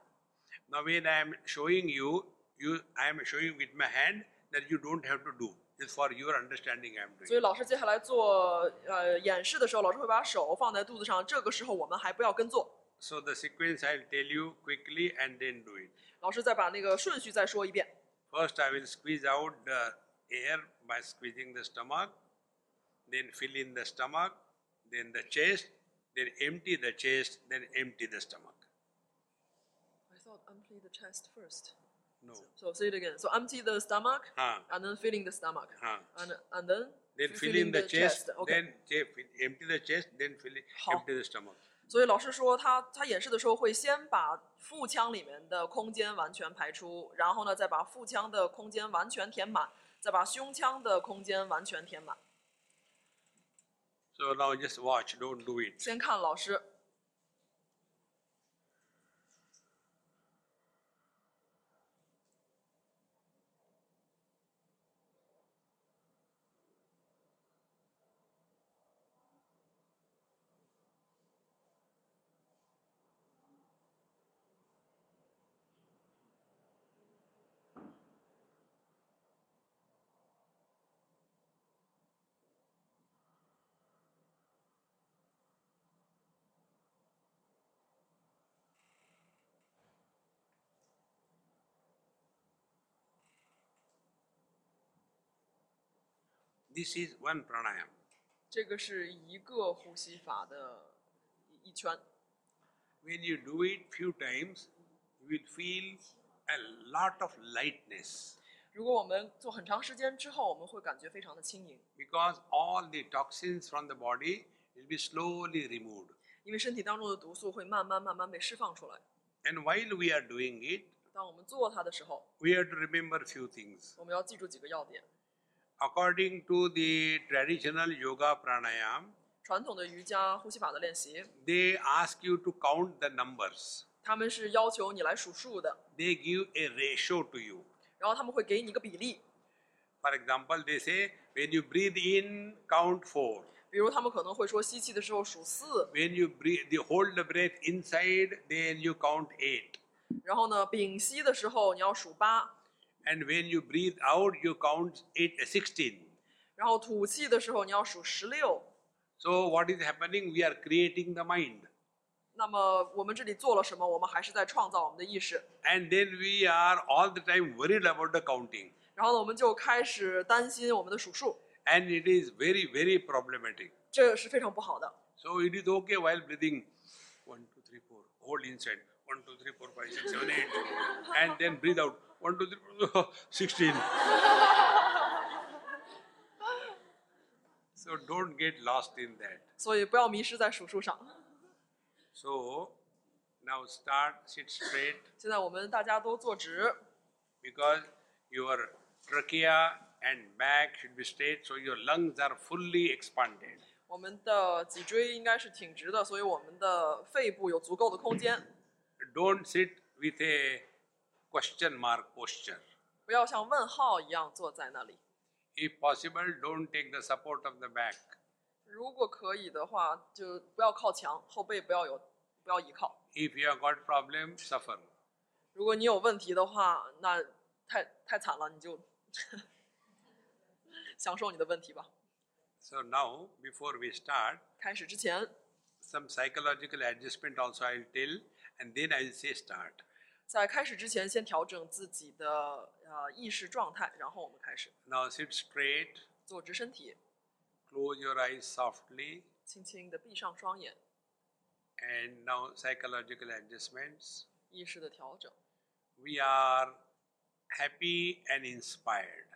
Now, when I am showing you, you I am showing with my hand that you don't have to do. It's for your understanding. I am 所以 doing. 老师接下来做呃演示的时候，老师会把手放在肚子上，这个时候我们还不要跟做， So the sequence I'll tell you quickly and then do it. 老师再把那个顺序再说一遍。 First, I will squeeze out the air by squeezing the stomach, then fill in the stomach, then the chest, then empty the chest, then empty the stomach. I thought empty the chest first. No. So say it again. So empty the stomach 啊 and then filling the stomach 啊 and and then Then fill in the chest, then OK。 che- fill- empty the chest, then fill it, 好 empty the stomach. 所以老师说他他演示的时候会先把腹腔里面的空间完全排出，然后呢再把腹腔的空间完全填满，再把胸腔的空间完全填满。 So now just watch, don't do it. 先看老师， This is one pranayam. 这个是一个呼吸法的一一圈。 When you do it few times, you will feel a lot of lightness 如果我们做很长时间之后，我们会感觉非常的轻盈， because all the toxins from the body will be slowly removed. 因为身体当中的毒素会慢慢慢慢被释放出来。 And while we are doing it, 当我们做它的时候， we have to remember few things. 我们要记住几个要点： According to the traditional yoga pranayam, 传统的瑜伽呼吸法的练习， they ask you to count the numbers. 他们是要求你来数数的， They give a ratio to you. 然后他们会给你一个比例。 For example, they say when you breathe in, count four. 比如，他们可能会说吸气的时候数四， When you breathe, you hold the breath inside, then you count eight. 然后呢，屏息的时候你要数八， And when you breathe out, you count eight, 16. 然后吐气的时候你要数十六。 So what is happening? We are creating the mind. 那么我们这里做了什么？我们还是在创造我们的意识。 And then we are all the time worried about the counting. 然后呢，我们就开始担心我们的数数， And it is very, very problematic. 这是非常不好的。 So it is okay while breathing. One, two, three, four. Hold inside. One, two, three, four, five, six, seven, eight. And then breathe out. One, two, three, four, 16. So don't get lost in that. 所以不要迷失在数数上。 So now start, sit straight 现在我们大家都坐直， because your trachea and back should be straight so your lungs are fully expanded. 我们的脊椎应该是挺直的，所以我们的肺部有足够的空间， Don't sit with a question mark posture. 不要像问号一样坐在那里。 If possible, don't take the support of the back. 如果可以的话，就不要靠墙，后背不要有，不要倚靠。 If you have got problem, suffer. 如果你有问题的话，那太太惨了，你就 <laughs> 享受你的问题吧。 So now, before we start, 开始之前， some psychological adjustment also I'll tell, and then I'll say start. 在开始之前，先调整自己的呃意识状态，然后我们开始 Now sit straight, 坐直身体， close your eyes softly, 轻轻的闭上双眼， and now psychological adjustments. 意识的调整。 We are happy and inspired.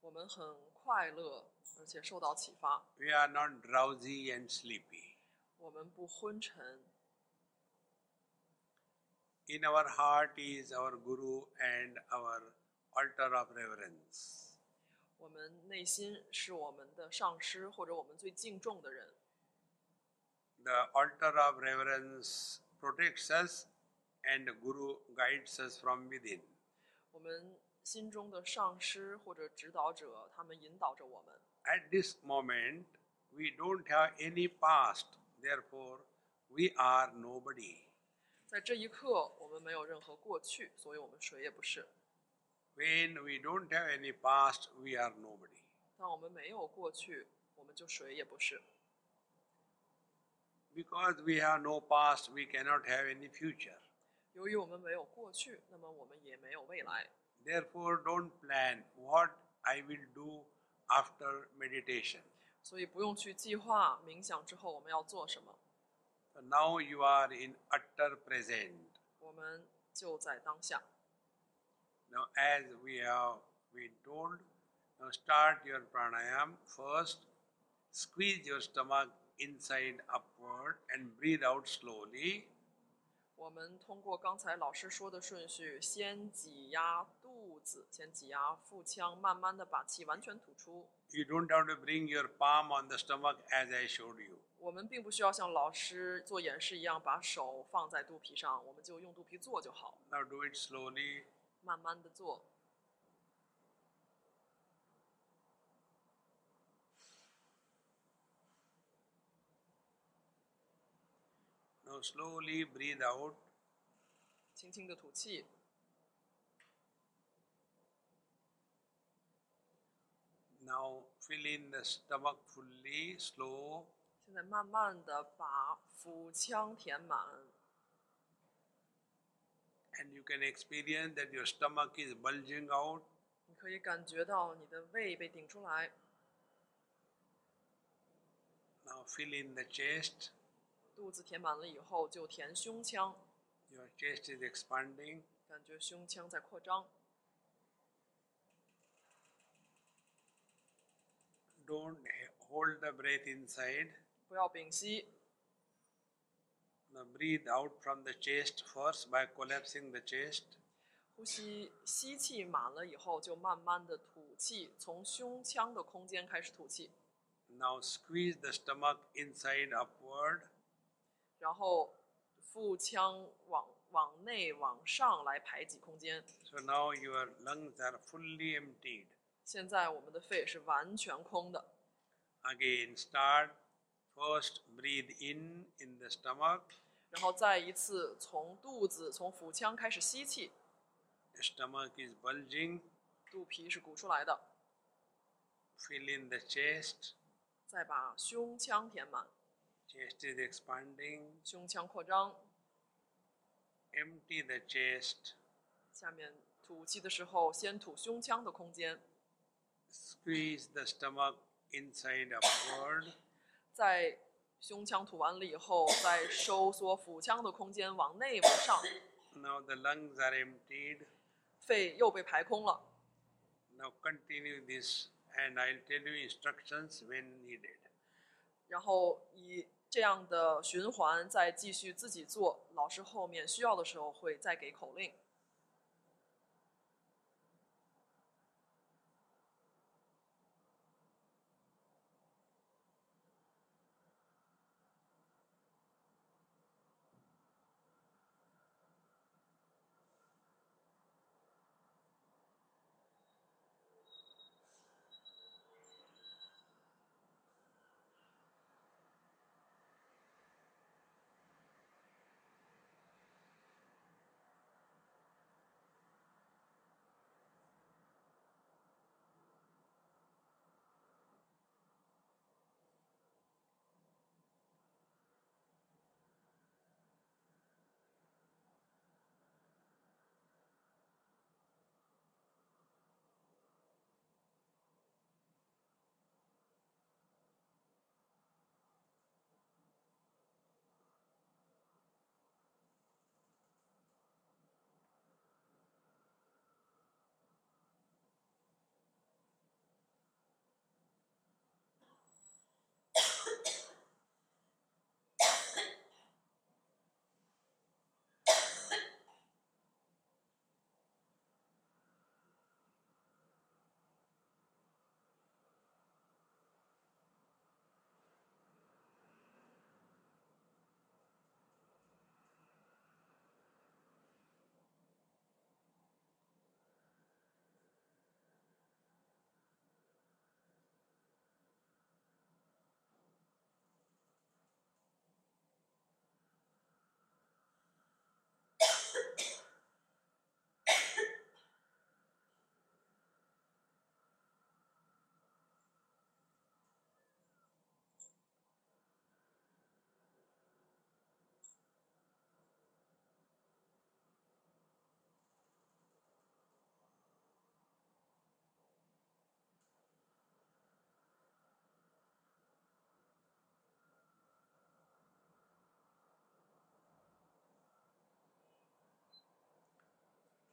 我们很快乐，而且受到启发。 We are not drowsy and sleepy. 我们不昏沉， In our heart is our Guru and our altar of reverence. 我们内心是我们的上师或者我们最敬重的人。 The altar of reverence protects us and Guru guides us from within. 我们心中的上师或者指导者，他们引导着我们。 At this moment, we don't have any past, therefore, we are nobody. 在这一刻，我们没有任何过去，所以我们谁也不是。 When we don't have any past, we are nobody. 当我们没有过去，我们就谁也不是。 Because we have no past, we cannot have any future. 由于我们没有过去，那么我们也没有未来。 Therefore, don't plan what I will do after meditation. 所以不用去计划冥想之后我们要做什么， So now you are in utter present. 我们就在当下。 Now, as we have been told, now start your pranayam. First, squeeze your stomach inside upward and breathe out slowly. 我们通过刚才老师说的顺序，先挤压肚子，先挤压腹腔，慢慢的把气完全吐出。 You don't have to bring your palm on the stomach as I showed you. 我们并不需要像老师做演示一样把手放在肚皮上，我们就用肚皮做就好， Now do it slowly. 慢慢的做。 Now slowly breathe out. 轻轻的吐气， Now fill in the stomach fully, slow. 现在慢慢的把腹腔填满， And you can experience that your stomach is bulging out. 你可以感觉到你的胃被顶出来， Now fill in the chest. 肚子填满了以后就填胸腔， Your chest is expanding. 感觉胸腔在扩张。 Don't h- hold the breath inside. 不要屏息， Now breathe out from the chest first by collapsing the chest. 呼吸吸气满了以后，就慢慢的吐气，从胸腔的空间开始吐气， Now squeeze the stomach inside upward. 然后腹腔往往内往上来排挤空间。 So now your lungs are fully emptied. 现在我们的肺是完全空的， Again, start. First, breathe in in the stomach. 然后再一次从肚子从腹腔开始吸气， The stomach is bulging. 肚皮是鼓出来的， Fill in the chest. 再把胸腔填满， Chest is expanding. 胸腔扩张。 Empty the chest. 下面吐气的时候，先吐胸腔的空间， Squeeze the stomach inside upward. 再胸腔吐完了以后，再收缩腹腔的空间往内往上， Now the lungs are emptied. 肺又被排空了。 Now continue this, and I'll tell you instructions when needed. 然后以这样的循环再继续自己做。老师后面需要的时候会再给口令。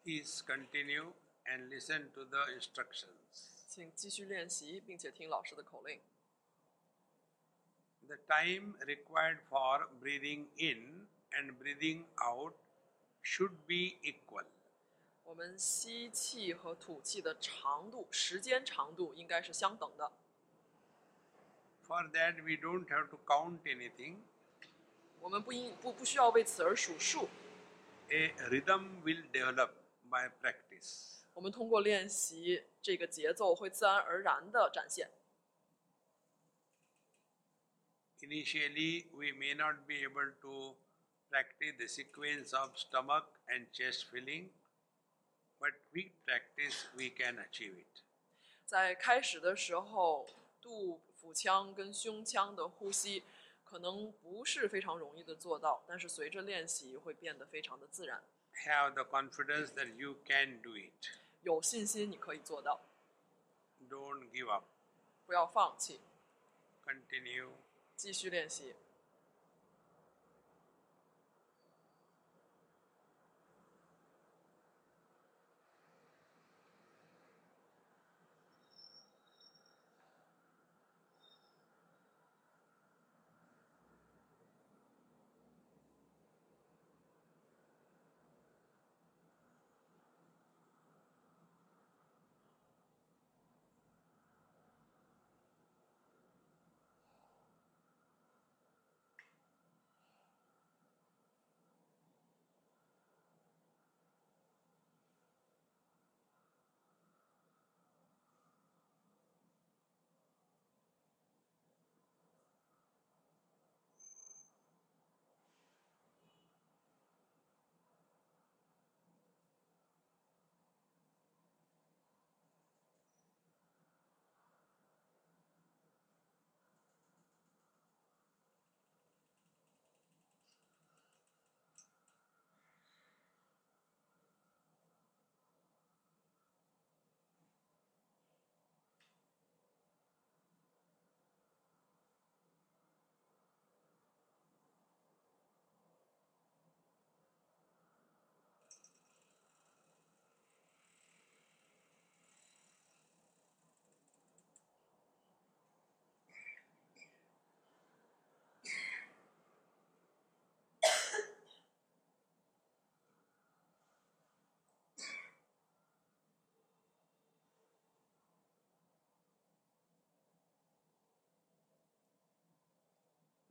Please continue and listen to the instructions. 请继续练习，并且听老师的口令。 The time required for breathing in and breathing out should be equal. 我们吸气和吐气的长度、时间长度应该是相等的。 For that, we don't have to count anything. 我们不应不不需要为此而数数， A rhythm will develop by practice. 我们通过练习，这个节奏会自然而然的展现。 Initially, we may not be able to practice the sequence of stomach and chest filling, but with practice, we can achieve it. 在开始的时候，肚腹腔跟胸腔的呼吸可能不是非常容易的做到，但是随着练习会变得非常的自然。 Have the confidence that you can do it. 有信心你可以做到， Don't give up. 不要放弃， Continue. 继续练习。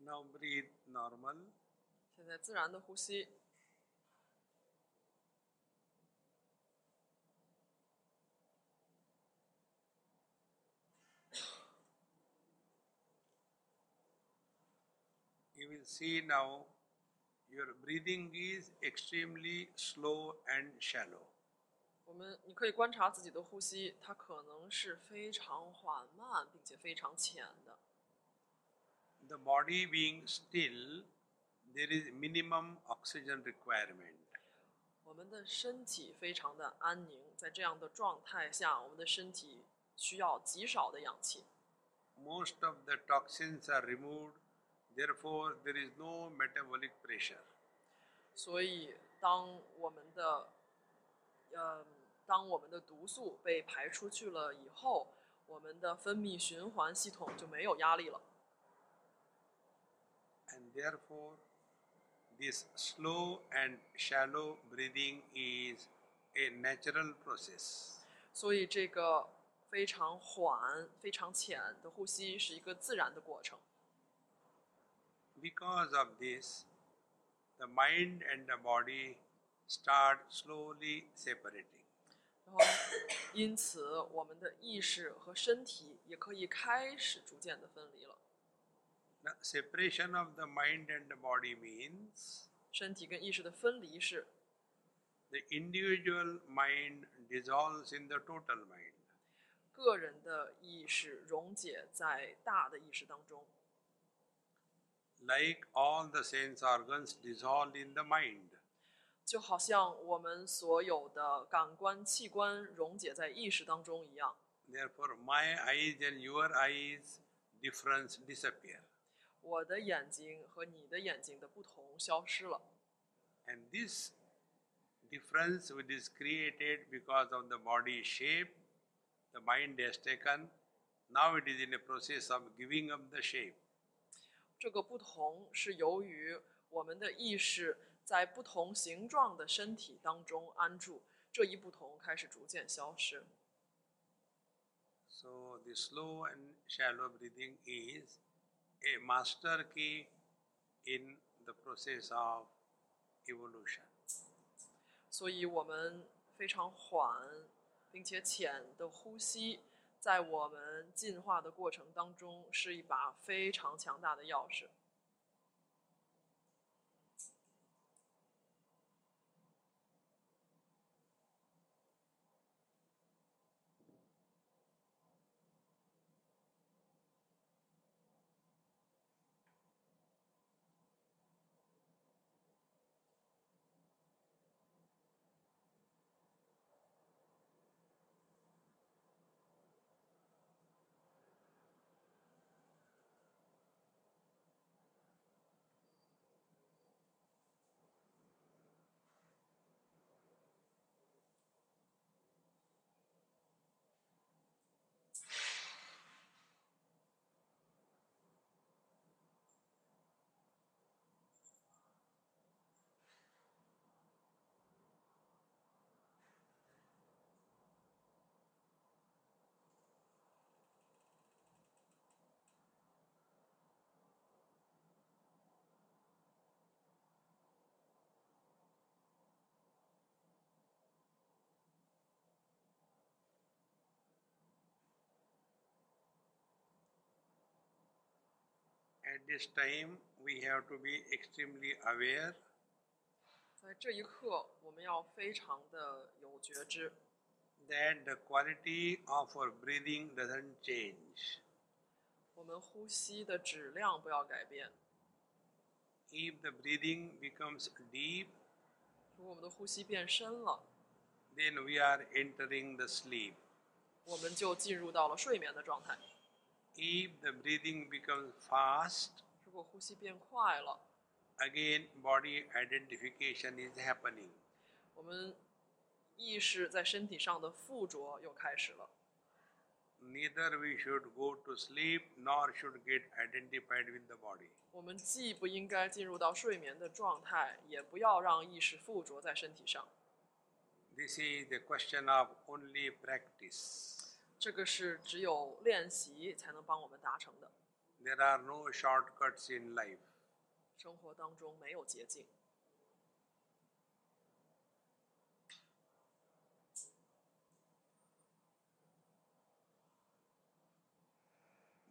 Now breathe normal. 现在自然的呼吸， You will see now your breathing is extremely slow and shallow. 我们你可以观察自己的呼吸，它可能是非常缓慢并且非常浅的。 The body being still, there is minimum oxygen requirement. 我们的身体非常的安宁，在这样的状态下，我们的身体需要极少的氧气。 Most of the toxins are removed, therefore, there is no metabolic pressure. 所以，当我们的，呃，当我们的毒素被排出去了以后，我们的分泌循环系统就没有压力了。 and therefore this slow and shallow breathing is a natural process 所以，这个非常缓、非常浅的呼吸是一个自然的过程。 because of this the mind and the body start slowly separating 然后，因此，我们的意识和身体也可以开始逐渐的分离了。 the separation of the mind and the body means 身体跟意识的分离是 the individual mind dissolves in the total mind 个人的意识溶解在大的意识当中， like all the sense organs dissolve in the mind 就好像我们所有的感官器官溶解在意识当中一样。 therefore my eyes and your eyes difference disappear 我的眼睛和你的眼睛的不同消失了， And this difference which is created because of the body shape the mind has taken, now it is in a process of giving up the shape. 这个不同是由于我们的意识在不同形状的身体当中安住，这一不同开始逐渐消失。 So the slow and shallow breathing is a master key in the process of evolution. 所以我们非常缓并且浅的呼吸，在我们进化的过程当中是一把非常强大的钥匙。 At this time, we have to be extremely aware 在这一刻，我们要非常的有觉知， that the quality of our breathing doesn't change. 我们呼吸的质量不要改变。 If the breathing becomes deep, 如果我们的呼吸变深了， then we are entering the sleep. 我们就进入到了睡眠的状态； If the breathing becomes fast, 如果呼吸变快了， again body identification is happening. 我们意识在身体上的附着又开始了。 Neither we should go to sleep nor should get identified with the body. 我们既不应该进入到睡眠的状态，也不要让意识附着在身体上。 This is a question of only practice. 这个是只有练习才能帮我们达成的。 There are no shortcuts in life. 生活当中没有捷径。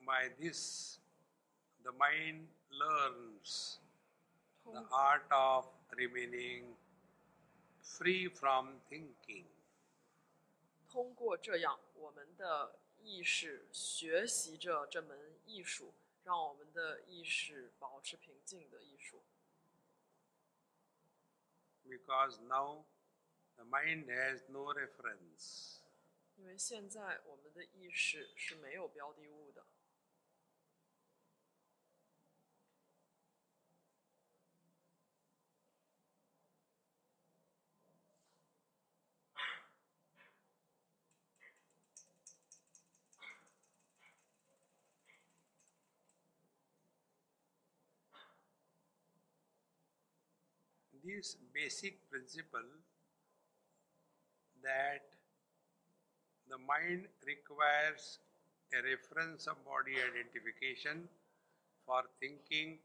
By this, the mind learns 通 the art of remaining free from thinking. 通过这样，我们的意识学习着这门艺术，让我们的意识保持平静的艺术。 because now the mind has no reference. 因为现在我们的意识是没有标的物的， This basic principle that the mind requires a reference of body identification for thinking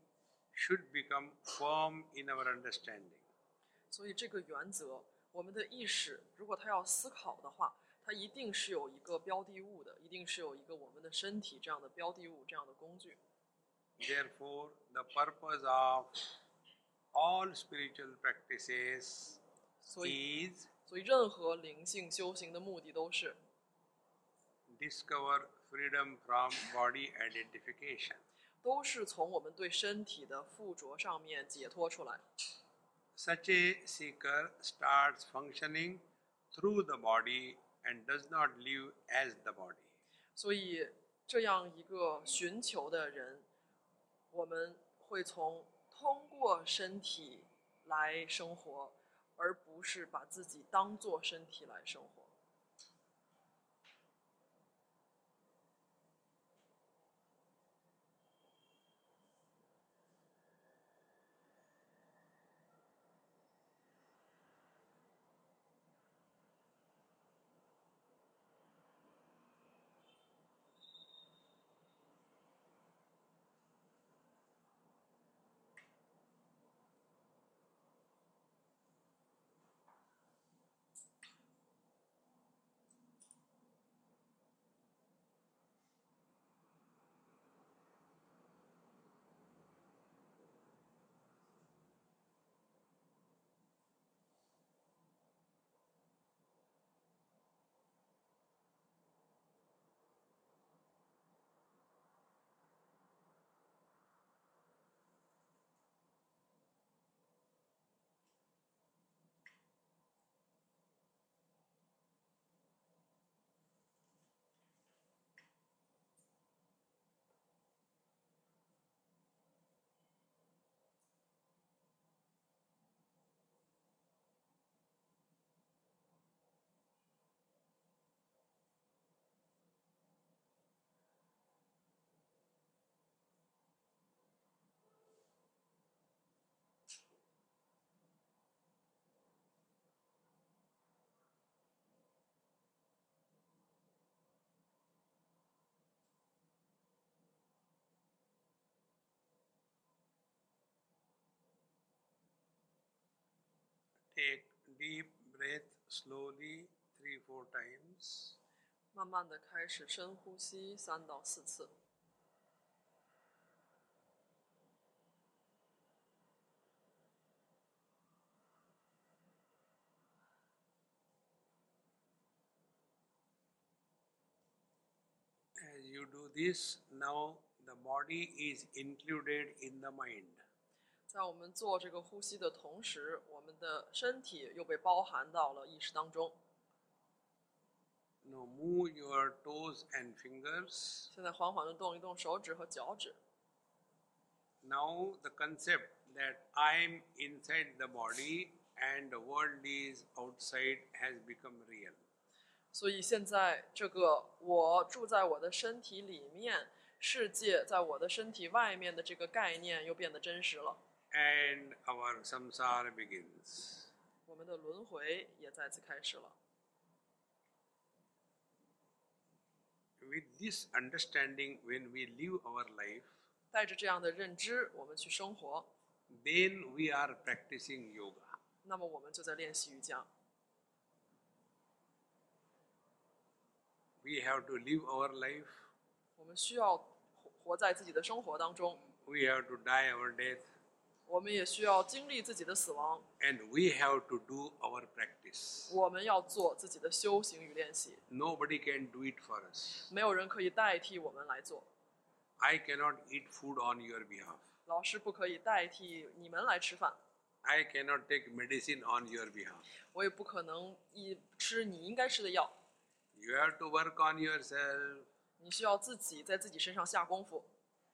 should become firm in our understanding. 所以这个原则，我们的意识如果它要思考的话，它一定是有一个标的物的，一定是有一个我们的身体这样的标的物这样的工具。 Therefore, the purpose of all spiritual practices 所以， is 所以任何灵性修行的目的都是 discover freedom from body identification. 都是从我们对身体的附着上面解脱出来。 Such a seeker starts functioning through the body and does not live as the body. 所以，这样一个寻求的人，我们会从通过身体来生活，而不是把自己当做身体来生活。 Take deep breath slowly three, four times. 慢慢的开始深呼吸三到四次， As you do this, now the body is included in the mind. 在我们做这个呼吸的同时，我们的身体又被包含到了意识当中。 Now move your toes and fingers. 现在缓缓的动一动手指和脚趾， Now the concept that I'm inside the body and the world is outside has become real. 所以现在这个我住在我的身体里面，世界在我的身体外面的这个概念又变得真实了。 and our samsara begins. 我们的轮回也再次开始了。 with this understanding, when we live our life, 带着这样的认知，我们去生活， then we are practicing yoga. 那么我们就在练习瑜伽。 We have to live our life, 我们需要活活在自己的生活当中， we have to die our death, 我们也需要经历自己的死亡， and we have to do our practice. 我们要做自己的修行与练习， Nobody can do it for us. 没有人可以代替我们来做。 I cannot eat food on your behalf. 老师不可以代替你们来吃饭， I cannot take medicine on your behalf. 我也不可能一吃你应该吃的药。 You have to work on yourself 你需要自己在自己身上下功夫，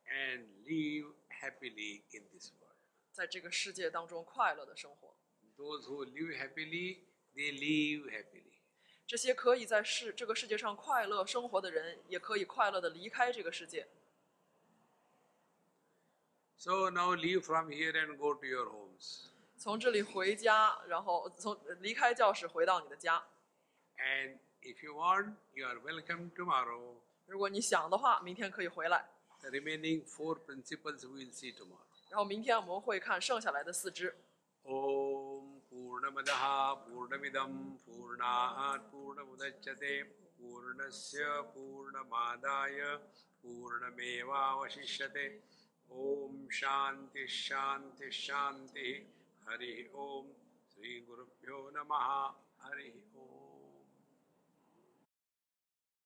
and live happily in this world. 在这个世界当中快乐的生活。 Those who live happily, they live happily. 这些可以在世这个世界上快乐生活的人，也可以快乐的离开这个世界。 So now leave from here and go to your homes 从这里回家，然后从离开教室回到你的家。 and if you want, you are welcome tomorrow. 如果你想的话，明天可以回来。 The remaining four principles we will see tomorrow. 然后明天我们会看剩下来的四支。 ॐ पूर्णमदः पूर्णमिदं पूर्णात् पूर्णमुदच्यते पूर्णस्य पूर्णमादाय पूर्णमेवावशिष्यते ॐ शान्तिः शान्तिः शान्तिः हरिः ॐ श्रीगुरुभ्यो नमः हरिः ॐ